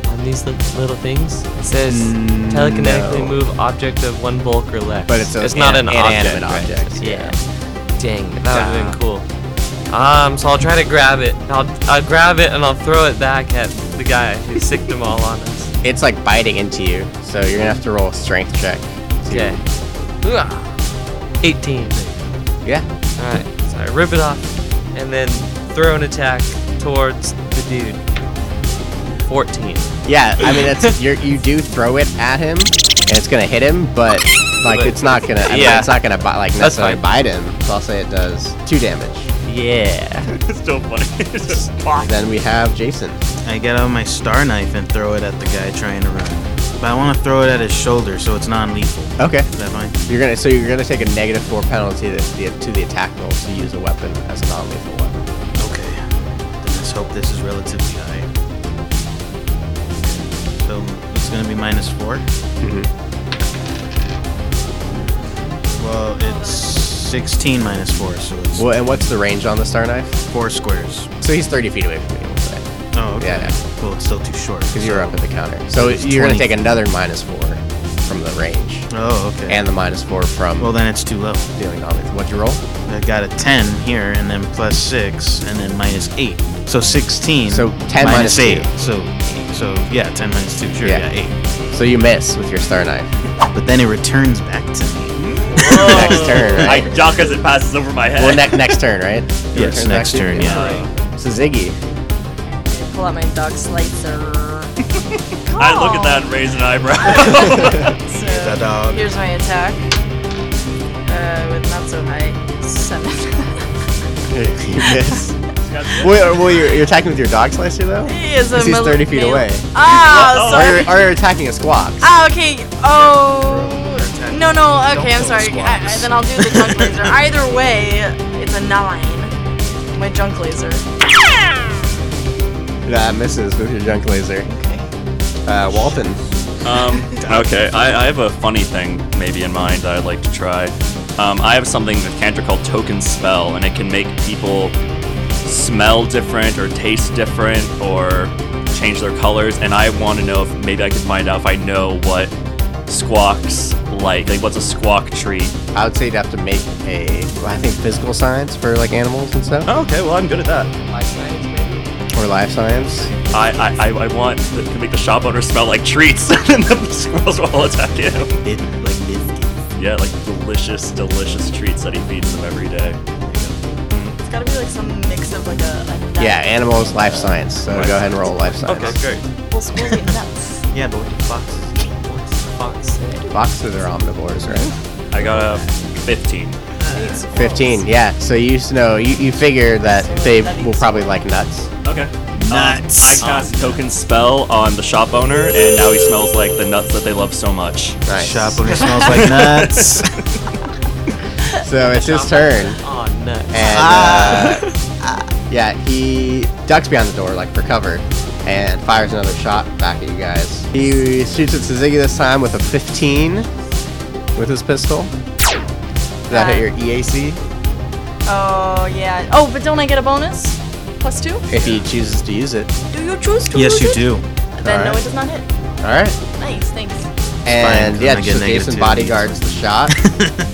on these li- little things? It says telekinetically
Mm, no.
move object of one bulk or less.
But it's a-
not an,
an
object.
inanimate
right?
object,
Yeah. Dang, that would have been cool. Um, so I'll try to grab it. I'll, I'll grab it and I'll throw it back at the guy who sicked them all on us.
It's like biting into you, so you're gonna have to roll a strength check. to-
Okay. Ooh-ah. 18.
Yeah.
Alright, so I rip it off and then throw an attack towards the dude. 14.
Yeah. I mean, that's you. You do throw it at him, and it's gonna hit him, but like
But-
it's not gonna. I mean,
Yeah.
it's not gonna bite like
That's
necessarily
fine.
bite him. So I'll say it does two damage.
Yeah.
it's so funny. It's just-
Then we have Jason.
I get out my star knife and throw it at the guy trying to run. But I want to throw it at his shoulder so it's non-lethal. Is
Okay.
that fine?
You're gonna so you're gonna take a negative four penalty to the, to the attack roll to use a weapon as a non-lethal weapon.
Okay. Then let's hope this is relatively high. So it's gonna be minus four.
Mm-hmm.
Well, it's 16 minus four, so it's
Well, and what's the range on the star knife?
four squares.
So he's 30 feet away from you, we'll say,
Oh, okay.
Yeah, yeah.
Well, it's still too short.
because you were up at the counter. So
It's
you're gonna
20.
take another minus four from the range,
Oh, okay.
and the minus four from
well, then it's too low.
dealing non-lethal. What'd you roll?
I got a 10 here, and then plus 6, and then minus 8. So 16.
So 10 minus
minus 8.
two.
So, so yeah, 10 minus 2. Sure,
Yeah.
yeah. 8.
So you miss with your star knife.
But then it returns back to me.
Oh.
next turn,
I
right?
duck as it passes over my head.
well, ne- next turn, right? Your
Yes,
turn's
next
back to you?
turn, yeah.
So Ziggy,
Pull out my dog slicer.
I look at that and raise an eyebrow.
So
a dog.
here's my attack. Uh, with not so high. Seven.
you miss. Wait, or will you, you're attacking with your dog slicer though?
He is a
Because he's
mil-
30 feet
male.
away.
Ah,
Or
sorry.
you're, or you're attacking a squawk.
Ah, okay. Oh. No, no. Okay, I'm sorry. I, I- then I'll do the junk laser. Either way, it's a nine. My junk laser.
That misses with your junk laser. Uh, Walton.
Um, okay, I, I have a funny thing maybe in mind that I'd like to try. Um, I have something that Cantor called Token Spell, and it can make people smell different or taste different or change their colors. And I want to know if maybe I could find out if I know what squawks like. Like, what's a squawk treat?
I would say you'd have to make a, well, I think, physical science for like animals and stuff,
Oh, okay, well, I'm good at that.
Oh.
or life science.
I I, I, I want to to make the shop owner smell like treats, and then the squirrels will all attack him.
It, like biscuits.
Yeah, like delicious, delicious treats that he feeds them every day.
It's gotta be like some mix of like a. a nut.
Yeah, animals, life science. So
Life
go ahead and roll life science.
great.
Well, squirrels eat nuts.
Yeah, but with foxes.
Fox.
Foxes are omnivores, right?
I got a 15.
They eat squirrels.
15, yeah. So you used to know, you, you figure that they will probably like nuts.
Okay. Nuts. I cast token spell on the shop owner, and now he smells like the nuts that they love so much.
Nice.
Shop owner smells like nuts.
So it's his turn.
Oh, nuts.
And uh, yeah, he ducks behind the door like for cover and fires another shot back at you guys. He shoots at Suzuki this time with a 15 with his pistol. Did that hit your E EAC?
Oh yeah. Oh, but don't I get a bonus? Plus two?
If he chooses to use it.
Do you choose to?
yes,
use
you
it?
do.
Then no,
Alright.
it does not hit.
All right.
Nice, thanks.
And
fine, 'cause I'm
yeah,
gonna get
just
negative
Jason
two.
bodyguards the shot.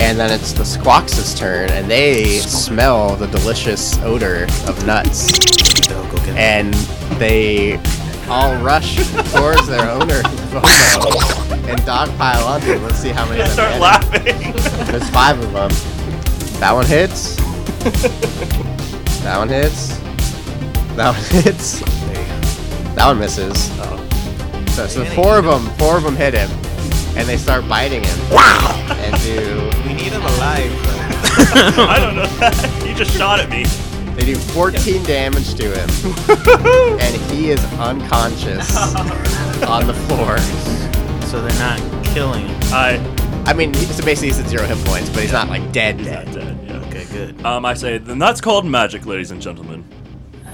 and then it's the Squawks' turn, and they smell the delicious odor of nuts.
They'll go get
and they all rush towards their owner Bobo, and dogpile onto him. Let's see how many. of them hit.
laughing.
There's five of them. That one hits. that one hits. That one hits. That one misses. So, so four of them, four of them hit him, and they start biting him. Wow! And do
We need him alive.
I don't know that. You just shot at me.
they do 14 damage to him, and he is unconscious on the floor.
So they're not killing him.
I,
I mean, he- so basically he's at zero hit points, but he's not like dead
he's not
dead.
dead, yeah.
Okay, good.
Um, I say, then that's called magic, ladies and gentlemen.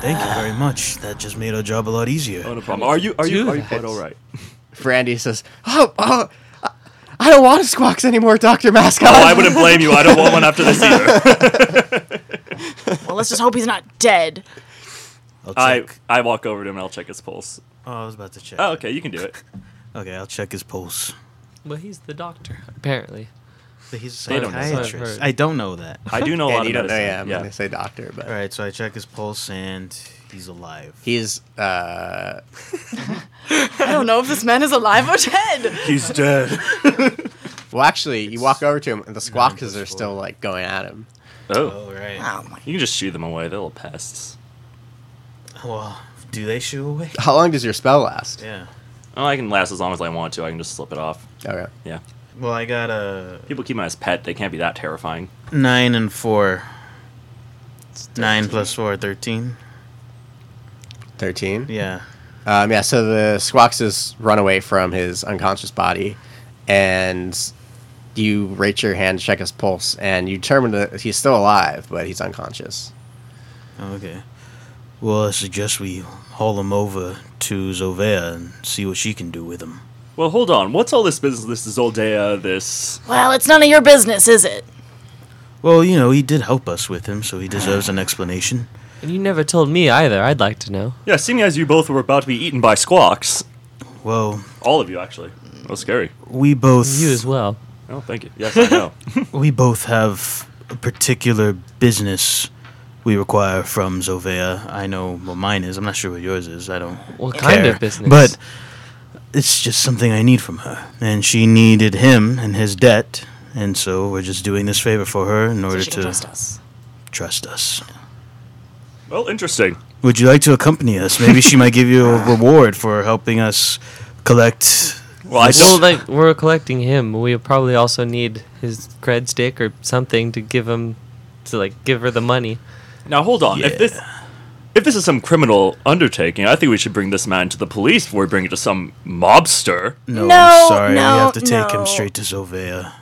Thank you very much. That just made our job a lot
Oh,
easier.
no problem. Are you, are you,
do
are you quite
that.
alright?
Brandy says, "Oh, oh, I- I don't want squawks anymore, Doctor Mascot."
Oh, I wouldn't blame you. I don't want one after this either.
Well, let's just hope he's not dead.
I'll check.
I, I walk over to him and I'll check his pulse.
oh, I was about to check.
Oh, okay, you can do it.
Okay, I'll check his pulse.
Well, he's the doctor, apparently.
But he's a
They don't know.
psychiatrist. I don't know that.
I do know a
And
lot
you
of
don't know,
medicine.
yeah, I'm gonna say doctor, but
All right, so I check his pulse and he's alive.
he's uh,
I don't know if this man is alive or dead.
He's dead.
well, actually, you walk over to him, and the squawks are still like going at him.
Oh,
All right.
Ah.
Oh my.
you can just shoo them away. They're little pests.
Well, do they shoo away?
How long does your spell last?
Yeah.
Oh, I can last as long as I want to. I can just slip it off.
Okay.
Yeah.
Well, I got a
People keep them as pet. They can't be that terrifying.
nine and four. Nine plus four, 13.
Thirteen.
Yeah.
Um, yeah, so the Squawxes run away from his unconscious body, and you reach your hand to check his pulse, and you determine that he's still alive, but he's unconscious.
Okay.
Well, I suggest we haul him over to Zovea and see what she can do with him.
Well, hold on. What's all this business? This Zoldea, this.
Well, it's none of your business, is it?
Well, you know, he did help us with him, so he deserves an explanation.
And you never told me either. I'd like to know.
Yeah, seeing as you both were about to be eaten by squawks,
Well,
all of you actually. That was scary.
we both
You as well.
Oh, thank you. Yes, I know.
we both have a particular business we require from Zovea. I know what mine is. I'm not sure what yours is. I don't
What kind
care.
of business?
But it's just something I need from her, and she needed him and his debt, and so we're just doing this favor for her in order
She
to
can trust us.
trust us.
well, interesting.
Would you like to accompany us? Maybe she might give you a reward for helping us collect.
Well, I
well,
don't.
like we're collecting him. We probably also need his cred stick or something to give him to like give her the money.
now, hold on. If this. If this is some criminal undertaking, I think we should bring this man to the police before we bring it to some mobster.
No,
No,
I'm sorry.
no,
we have to take
no.
him straight to Zovea.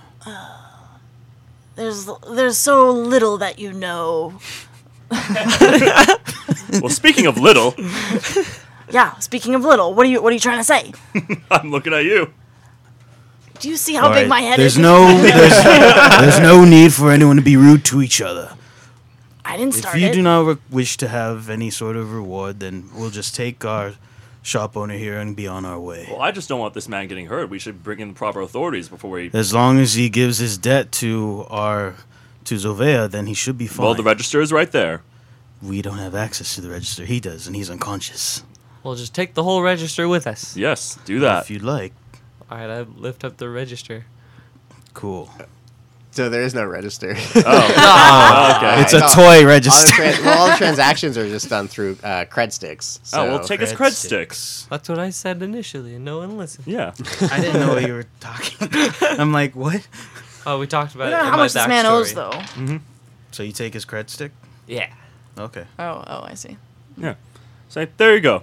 There's there's so little that you know.
Well, speaking of little,
Yeah. Speaking of little, what are you what are you trying to say?
I'm looking at you.
Do you see how big my head
there's
is?
no there's, there's no need for anyone to be rude to each other.
I didn't
If
start
you
it.
do not re- wish to have any sort of reward, then we'll just take our shop owner here and be on our way.
Well, I just don't want this man getting hurt. We should bring in the proper authorities before we.
As long as he gives his debt to our to Zovea, then he should be fine.
Well, the register is right there.
we don't have access to the register. He does, and he's unconscious.
We'll just take the whole register with us.
Yes, do that.
If you'd like,
All right, I lift up the register.
cool.
So there is no register.
okay.
It's a
Oh.
toy
all, the
register.
trans- well, all the transactions are just done through uh, cred sticks. So.
oh, we'll take his cred sticks.
That's what I said initially, and no one listened.
Yeah.
I didn't know what you were talking. I'm like, what?
Oh, we talked about
I
it.
don't know
in
how
my
much this man owes,
backstory.
though.
So you take his cred stick?
Yeah.
Okay.
Oh, oh, I see.
Yeah. Say, there you go.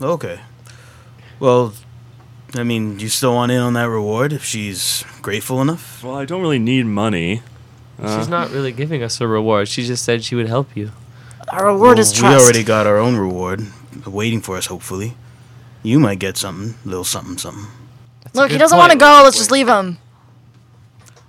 Okay. Well, I mean, you still want in on that reward if she's grateful enough?
Well, I don't really need money.
Uh-huh.
She's not really giving us a reward. She just said she would help you.
Our reward is
we
trust.
already got our own reward waiting for us, hopefully. You might get something, little something, something.
Look, he
good
doesn't want to
point.
go. Let's just leave him.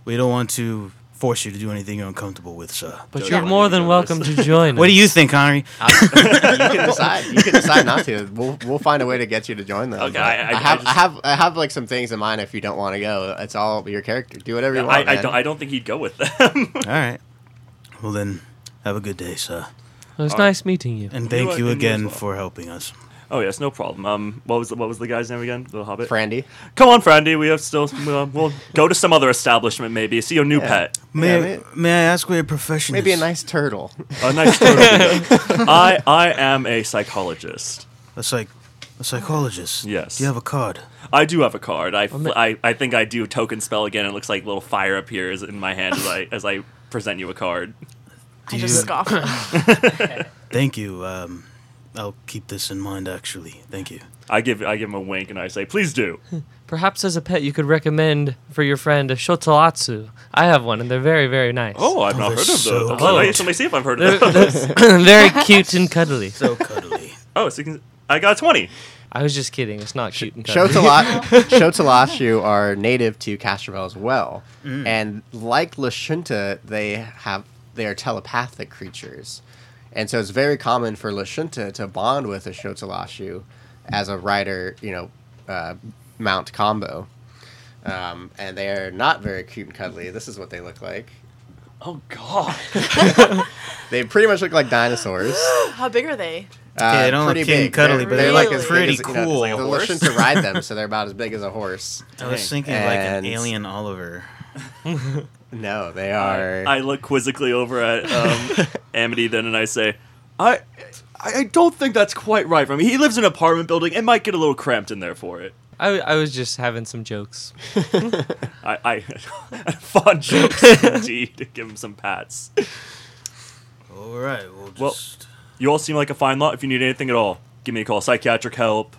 We don't want to force you to do anything you're uncomfortable with, sir.
But
Yeah.
you're
Yeah.
more than welcome to join.
What do
us.
you think, Henry?
you can decide. You can decide not to. We'll, we'll find a way to get you to join them.
Okay,
But
I- I- I
have I,
just-
have I have like some things in mind. If you don't want to go, it's all your character. Do whatever you want.
I, I
man.
don't. I don't think he'd go with them.
All right. Well, then, have a good day, sir.
It was nice meeting you.
And
know
thank
what?
you
And you as
again
well.
for helping us.
oh yes, no problem. Um, what was the, what was the guy's name again? The Hobbit.
Brandy.
Come on, Frandy. We have still. We'll, we'll go to some other establishment. Maybe see your new pet.
Yeah,
May,
may-
may I ask what your profession
Maybe a
is?
nice turtle.
A nice. turtle. I I am a psychologist.
A, psych- a psychologist.
Yes.
Do you have a card?
I do have a card. I, fl- I, I think I do token spell again. It looks like little fire appears in my hand as I as I present you a card.
I just scoffed.
Thank you. Um, I'll keep this in mind, actually. Thank you.
I give I give him a wink and I say, please do.
Perhaps as a pet, you could recommend for your friend a shotolatsu. I have one, and they're very, very nice.
Oh, I've not
Oh,
heard of those.
that's so
Oh, wait,
cute.
let me see if I've heard
They're,
of those.
they're very cute and cuddly.
So cuddly.
Oh, so you can- I got twenty.
I was just kidding. It's not cute and cuddly.
Shotalat, Shotalashu are native to Castrobel as well,
Mm.
and like Lashunta, they have they are telepathic creatures, and so it's very common for Lashunta to bond with a Shotalashu as a rider, you know, uh, mount combo, um, and they are not very cute and cuddly. This is what they look like.
Oh God.
They pretty much look like dinosaurs.
How big are they?
Uh,
they don't look
pretty
cute and
big.
cuddly,
They're-
but
they're
they
like
look
as big
pretty
as, you know,
cool.
like a
Horse?
Lashunta ride them, so they're about as big as a horse.
I was
Dang.
thinking like an
And-
alien Oliver.
No, they are.
I look quizzically over at um, Amity then and I say, I I I don't think that's quite right for me. He lives in an apartment building and might get a little cramped in there for it.
I, I was just having some jokes.
I, I fond jokes indeed. Give him some pats.
All right, we'll
Well-
just.
You all seem like a fine lot. If you need anything at all, give me a call. Psychiatric help,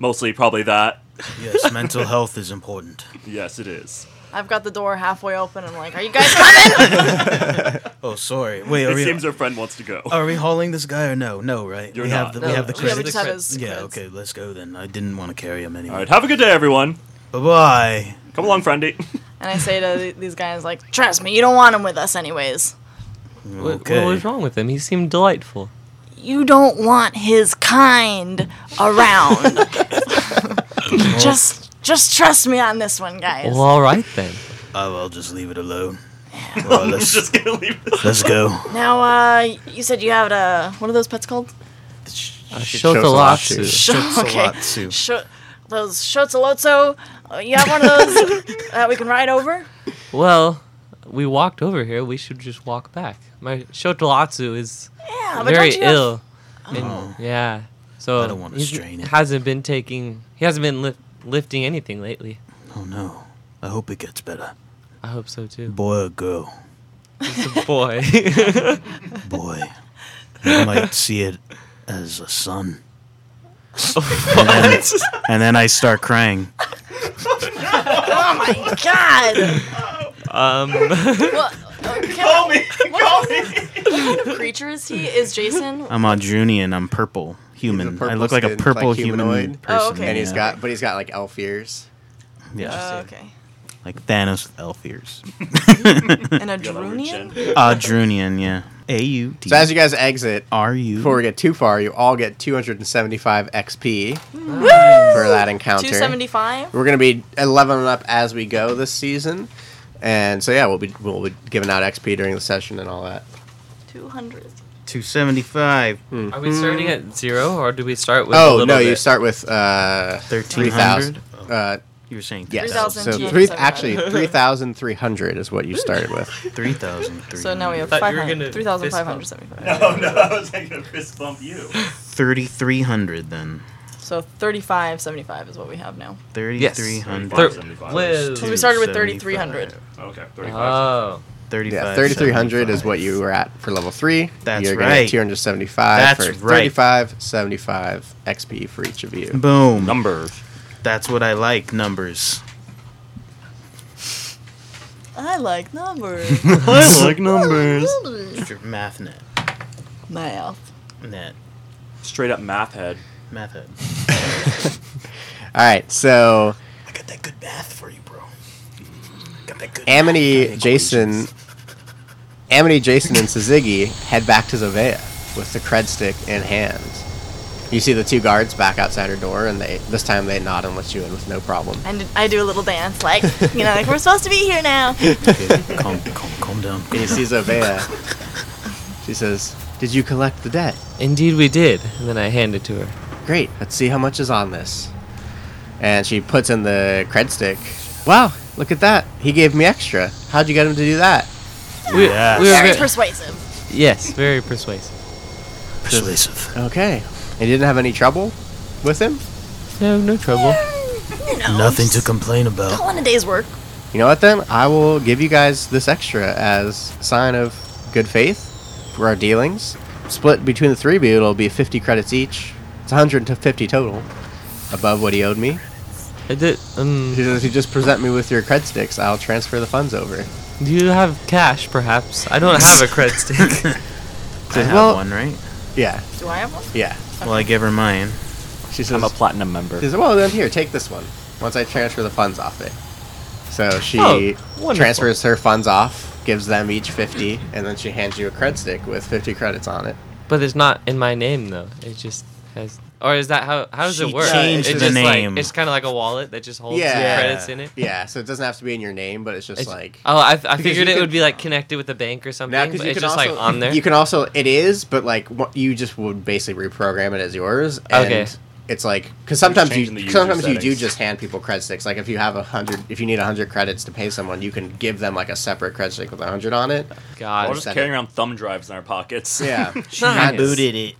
mostly probably that.
yes, mental health is important.
Yes, it is.
I've got the door halfway open. I'm like, are you guys coming?
Oh, sorry. Wait, are
it
we Oh.
seems our friend wants to go.
are we hauling this guy or no? No, right?
You're
we
not.
have the
No,
we have the
we have
credits.
just have his
yeah,
credits.
okay, let's go then. I didn't want to carry him anyway.
all right, have a good day, everyone.
Bye bye.
Come along, friendy.
And I say to th- these guys, like,
Trust me, you don't want him with us anyways.
What,
Okay.
what was wrong with him? He seemed delightful.
You don't want his kind around. just just trust me on this one, guys.
Well, all right then.
Oh, I'll, I'll just leave it alone. Well, let's
Just gonna leave this.
let's go.
Now, uh, you said you had uh, a
what are those pets called?
A
shotolatsu.
shotolatsu.
Shotolatsu.
sh- those shotsolotso. Uh, you have one of those that we can ride over?
Well, we walked over here. We should just walk back. My shotolatsu is
Yeah, Oh, but
very
don't you have- Oh.
ill. and- yeah. So
I don't wanna
he's-
strain it.
Hasn't been taking. He hasn't been lif- lifting anything lately.
Oh no. I hope it gets better.
I hope so too.
Boy or girl?
It's a boy.
Boy. You might see it as a son. and, then, and then I start crying.
Oh my god!
Um,
Well, uh, call me. Call me. What kind of creature is he? Is Jason?
I'm Audrunian. I'm purple human.
He's a
I look like a
purple-skinned,
purple
like,
human
humanoid.
person.
Oh, okay.
yeah.
And he's got, but he's got like elf ears.
yeah,
Uh, okay.
like Thanos with elf ears.
And a Drunian?
Audrunian, yeah. A U D
So as you guys exit,
R U.
before we get too far, you all get 275 XP for that encounter.
275?
We're gonna be leveling up as we go this season, and so yeah, we'll be we'll be giving out XP during the session and all that.
200.
275,
Are we starting at zero or do we start with? a
oh
little
no,
bit?
you start with uh,
1300.
Uh,
Oh, You were saying
yes,
3,000,
so
yeah.
three actually three thousand three hundred is what you started with.
3,000.
So now we have
thought you were
500
gonna
3,575.
Oh no, I was like gonna fist bump you.
3,300 then.
So 3575 is what we have now.
3,300.
Thir-
Seventy-five.
Whoa.
Because we started with
75.
3,300.
Okay, thirty-five.
Ah.
Oh,
35,
Yeah, thirty three hundred is what you were at for level three.
That's
You're
right.
Two hundred seventy five
That's
for
right.
thirty five seventy five XP for each of you.
Boom.
Numbers.
That's what I like, numbers.
I like numbers.
I like numbers. Your math net.
Math.
Net.
Straight up math head.
Math head.
All right, so
I got that good math for you, bro. Got that good
Amity, Jason, Amity, Jason, and Saziggy head back to Zavea with the cred stick in hand. You see the two guards back outside her door, and they this time they nod and let you in with no problem.
And I do a little dance.
Like, you know, like we're supposed to be here now.
math. Calm, calm, calm down.
And you see Zavea. she says, "Did you collect the debt?
indeed we did. And then I hand it to her.
Great. Let's see how much is on this." And she puts in the cred stick. Wow, look at that! He gave me extra. How'd you get him to do that?
We,
Yes.
we were
Very
ve-
persuasive.
yes, very persuasive.
Persuasive.
Okay. And you didn't have any trouble with him.
No, no trouble.
You know,
Nothing to
just
complain about.
Call in a day's work.
You know what then? I will give you guys this extra as a sign of good faith for our dealings. Split between the three of you, it'll be 50 credits each. It's 150 total, above what he owed me.
I did. Um,
He says, If you just present me with your cred sticks, I'll transfer the funds over.
do you have cash, perhaps? I don't have a cred stick.
I have
well-
one, right?
Yeah,
Do I have one?
yeah.
Well, I give her mine.
She says,
I'm a platinum member.
she says, well, then here, take this one. Once I transfer the funds off it. So she
Oh, wonderful.
transfers her funds off, gives them each 50, and then she hands you a cred stick with 50 credits on it.
but it's not in my name though. It just has. Or is that how? How does
She
it work?
changed
it's
the
just
name.
Like, it's kind of like a wallet that just holds the
Yeah.
credits in it.
Yeah, so it doesn't have to be in your name, but it's just
It's-
like
oh, I, I
you
figured it
can-
would be like connected with the bank or something.
now
but
because you
it's
can
just
also
like on there.
You can also it is, but like what, you just would basically reprogram it as yours. And
Okay.
It's like because sometimes
changing the
you
user
sometimes you do
settings.
just hand people cred sticks. Like if you have a hundred, if you need a hundred credits to pay someone, you can give them like a separate cred stick with a hundred on it.
We're
God.
just
said
carrying
it.
around thumb drives in our pockets.
Yeah,
She
Nice.
booted it.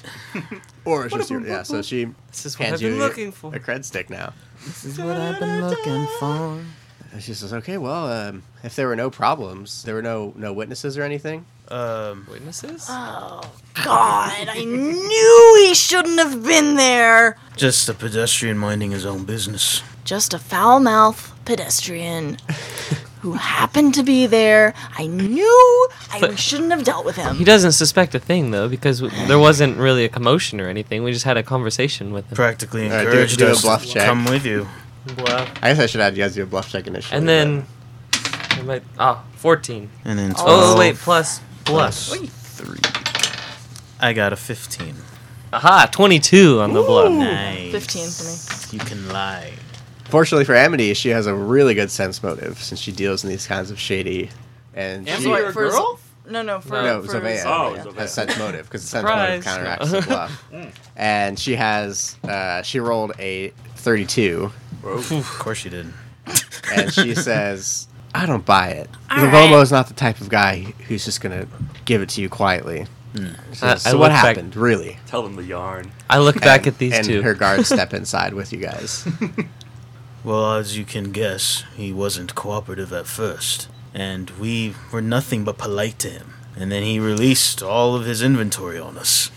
or it's just your, yeah. So she
This is what
hands
I've been
you
looking for.
a cred stick now.
This is what I've been looking for.
And she says, "Okay, well, um, if there were no problems, there were no no witnesses or anything."
Um,
Witnesses?
Oh, God, I knew he shouldn't have been there.
Just a pedestrian minding his own business.
Just a foul mouth pedestrian who happened to be there. I knew I
But-
shouldn't have dealt with him.
He doesn't suspect a thing though, because w- there wasn't really a commotion or anything. We just had a conversation with him.
Practically
right, do-
encouraged
do a
us
bluff
to
check.
come with you.
I guess I should add you guys do a bluff check initially.
And
but-
then, I might, ah, 14.
and then 12.
Oh, wait, plus bluff.
plus three. I got a 15.
Aha, 22 on the bluff.
Nice.
15 for me.
You can lie.
Fortunately for Amity, she has a really good sense motive since she deals in these kinds of shady and
Amity
she
You're a
for
girl?
No, no, for
uh,
no,
for
Zavea
Oh,
Zavea.
Zavea.
has sense motive because sense motive
Surprise.
counteracts the bluff. and she has uh, she rolled a 32
of course you did.
and she says, "I don't buy it. Livomo is not the type of guy who's just gonna give it to you quietly." She says,
Hmm. I- I
so what
look back-
happened, really?
Tell them the yarn.
I look back
And-
at these
and
two.
her guards step inside with you guys.
Well, as you can guess, he wasn't cooperative at first, and we were nothing but polite to him and then he released all of his inventory on us.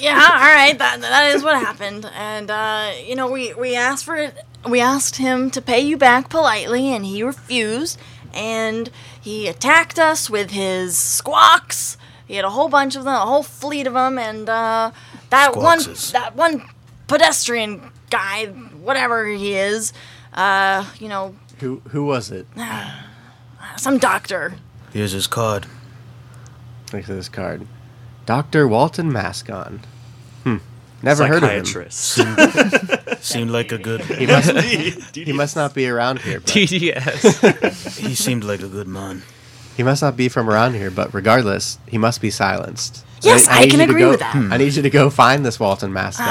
Yeah, all right. That that is what happened, and uh, you know we we asked for it. We asked him to pay you back politely, and he refused. And he attacked us with his squawks. He had a whole bunch of them, a whole fleet of them, and uh, that
Squawkses.
one that one pedestrian guy, whatever he is, uh, you know,
Who who was it?
some doctor.
Here's his card.
Look at this card. Dr. Walton Mascon. Hmm. Never heard of him.
Psychiatrist.
Seemed like a good.
He must, he must not be around here. but-
TDS.
He seemed like a good man.
He must not be from around here, but regardless, he must be silenced.
Yes, I
need
can
you to
agree
go-
with that. Oh.
I need you to go find this Walton Mascon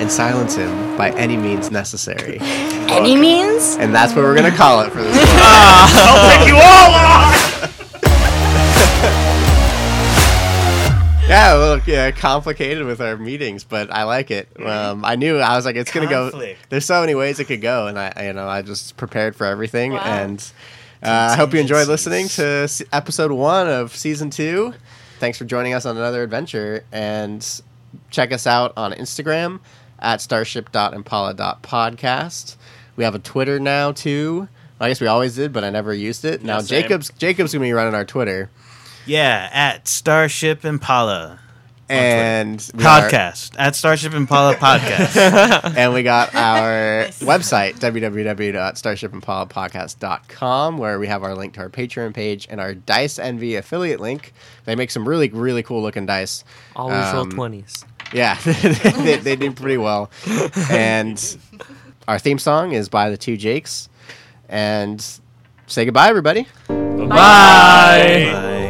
and silence him by any means necessary.
Any means?
And that's what we're going to call it for this one. Yeah, well, yeah, complicated with our meetings, but I like it. Um, I knew I was like, it's gonna go.
Conflict.
There's so many ways it could go, and I, you know, I just prepared for everything, and uh, I hope you enjoyed listening to s- episode one of season two. Thanks for joining us on another adventure, and check us out on Instagram at starship.impala.podcast. We have a Twitter now too. I guess we always did, but I never used it. Now
same.
Jacob's Jacob's gonna be running our Twitter
Yeah, at Starship Impala
and we are-
podcast. At Starship Impala podcast.
and we got our website www.starshipandpodcast.com where we have our link to our patreon page and our dice envy affiliate link they make some really really cool looking dice
Always roll
Um,
20s.
yeah they, they do pretty well and our theme song is by the two jakes and say goodbye everybody
Bye.
Bye.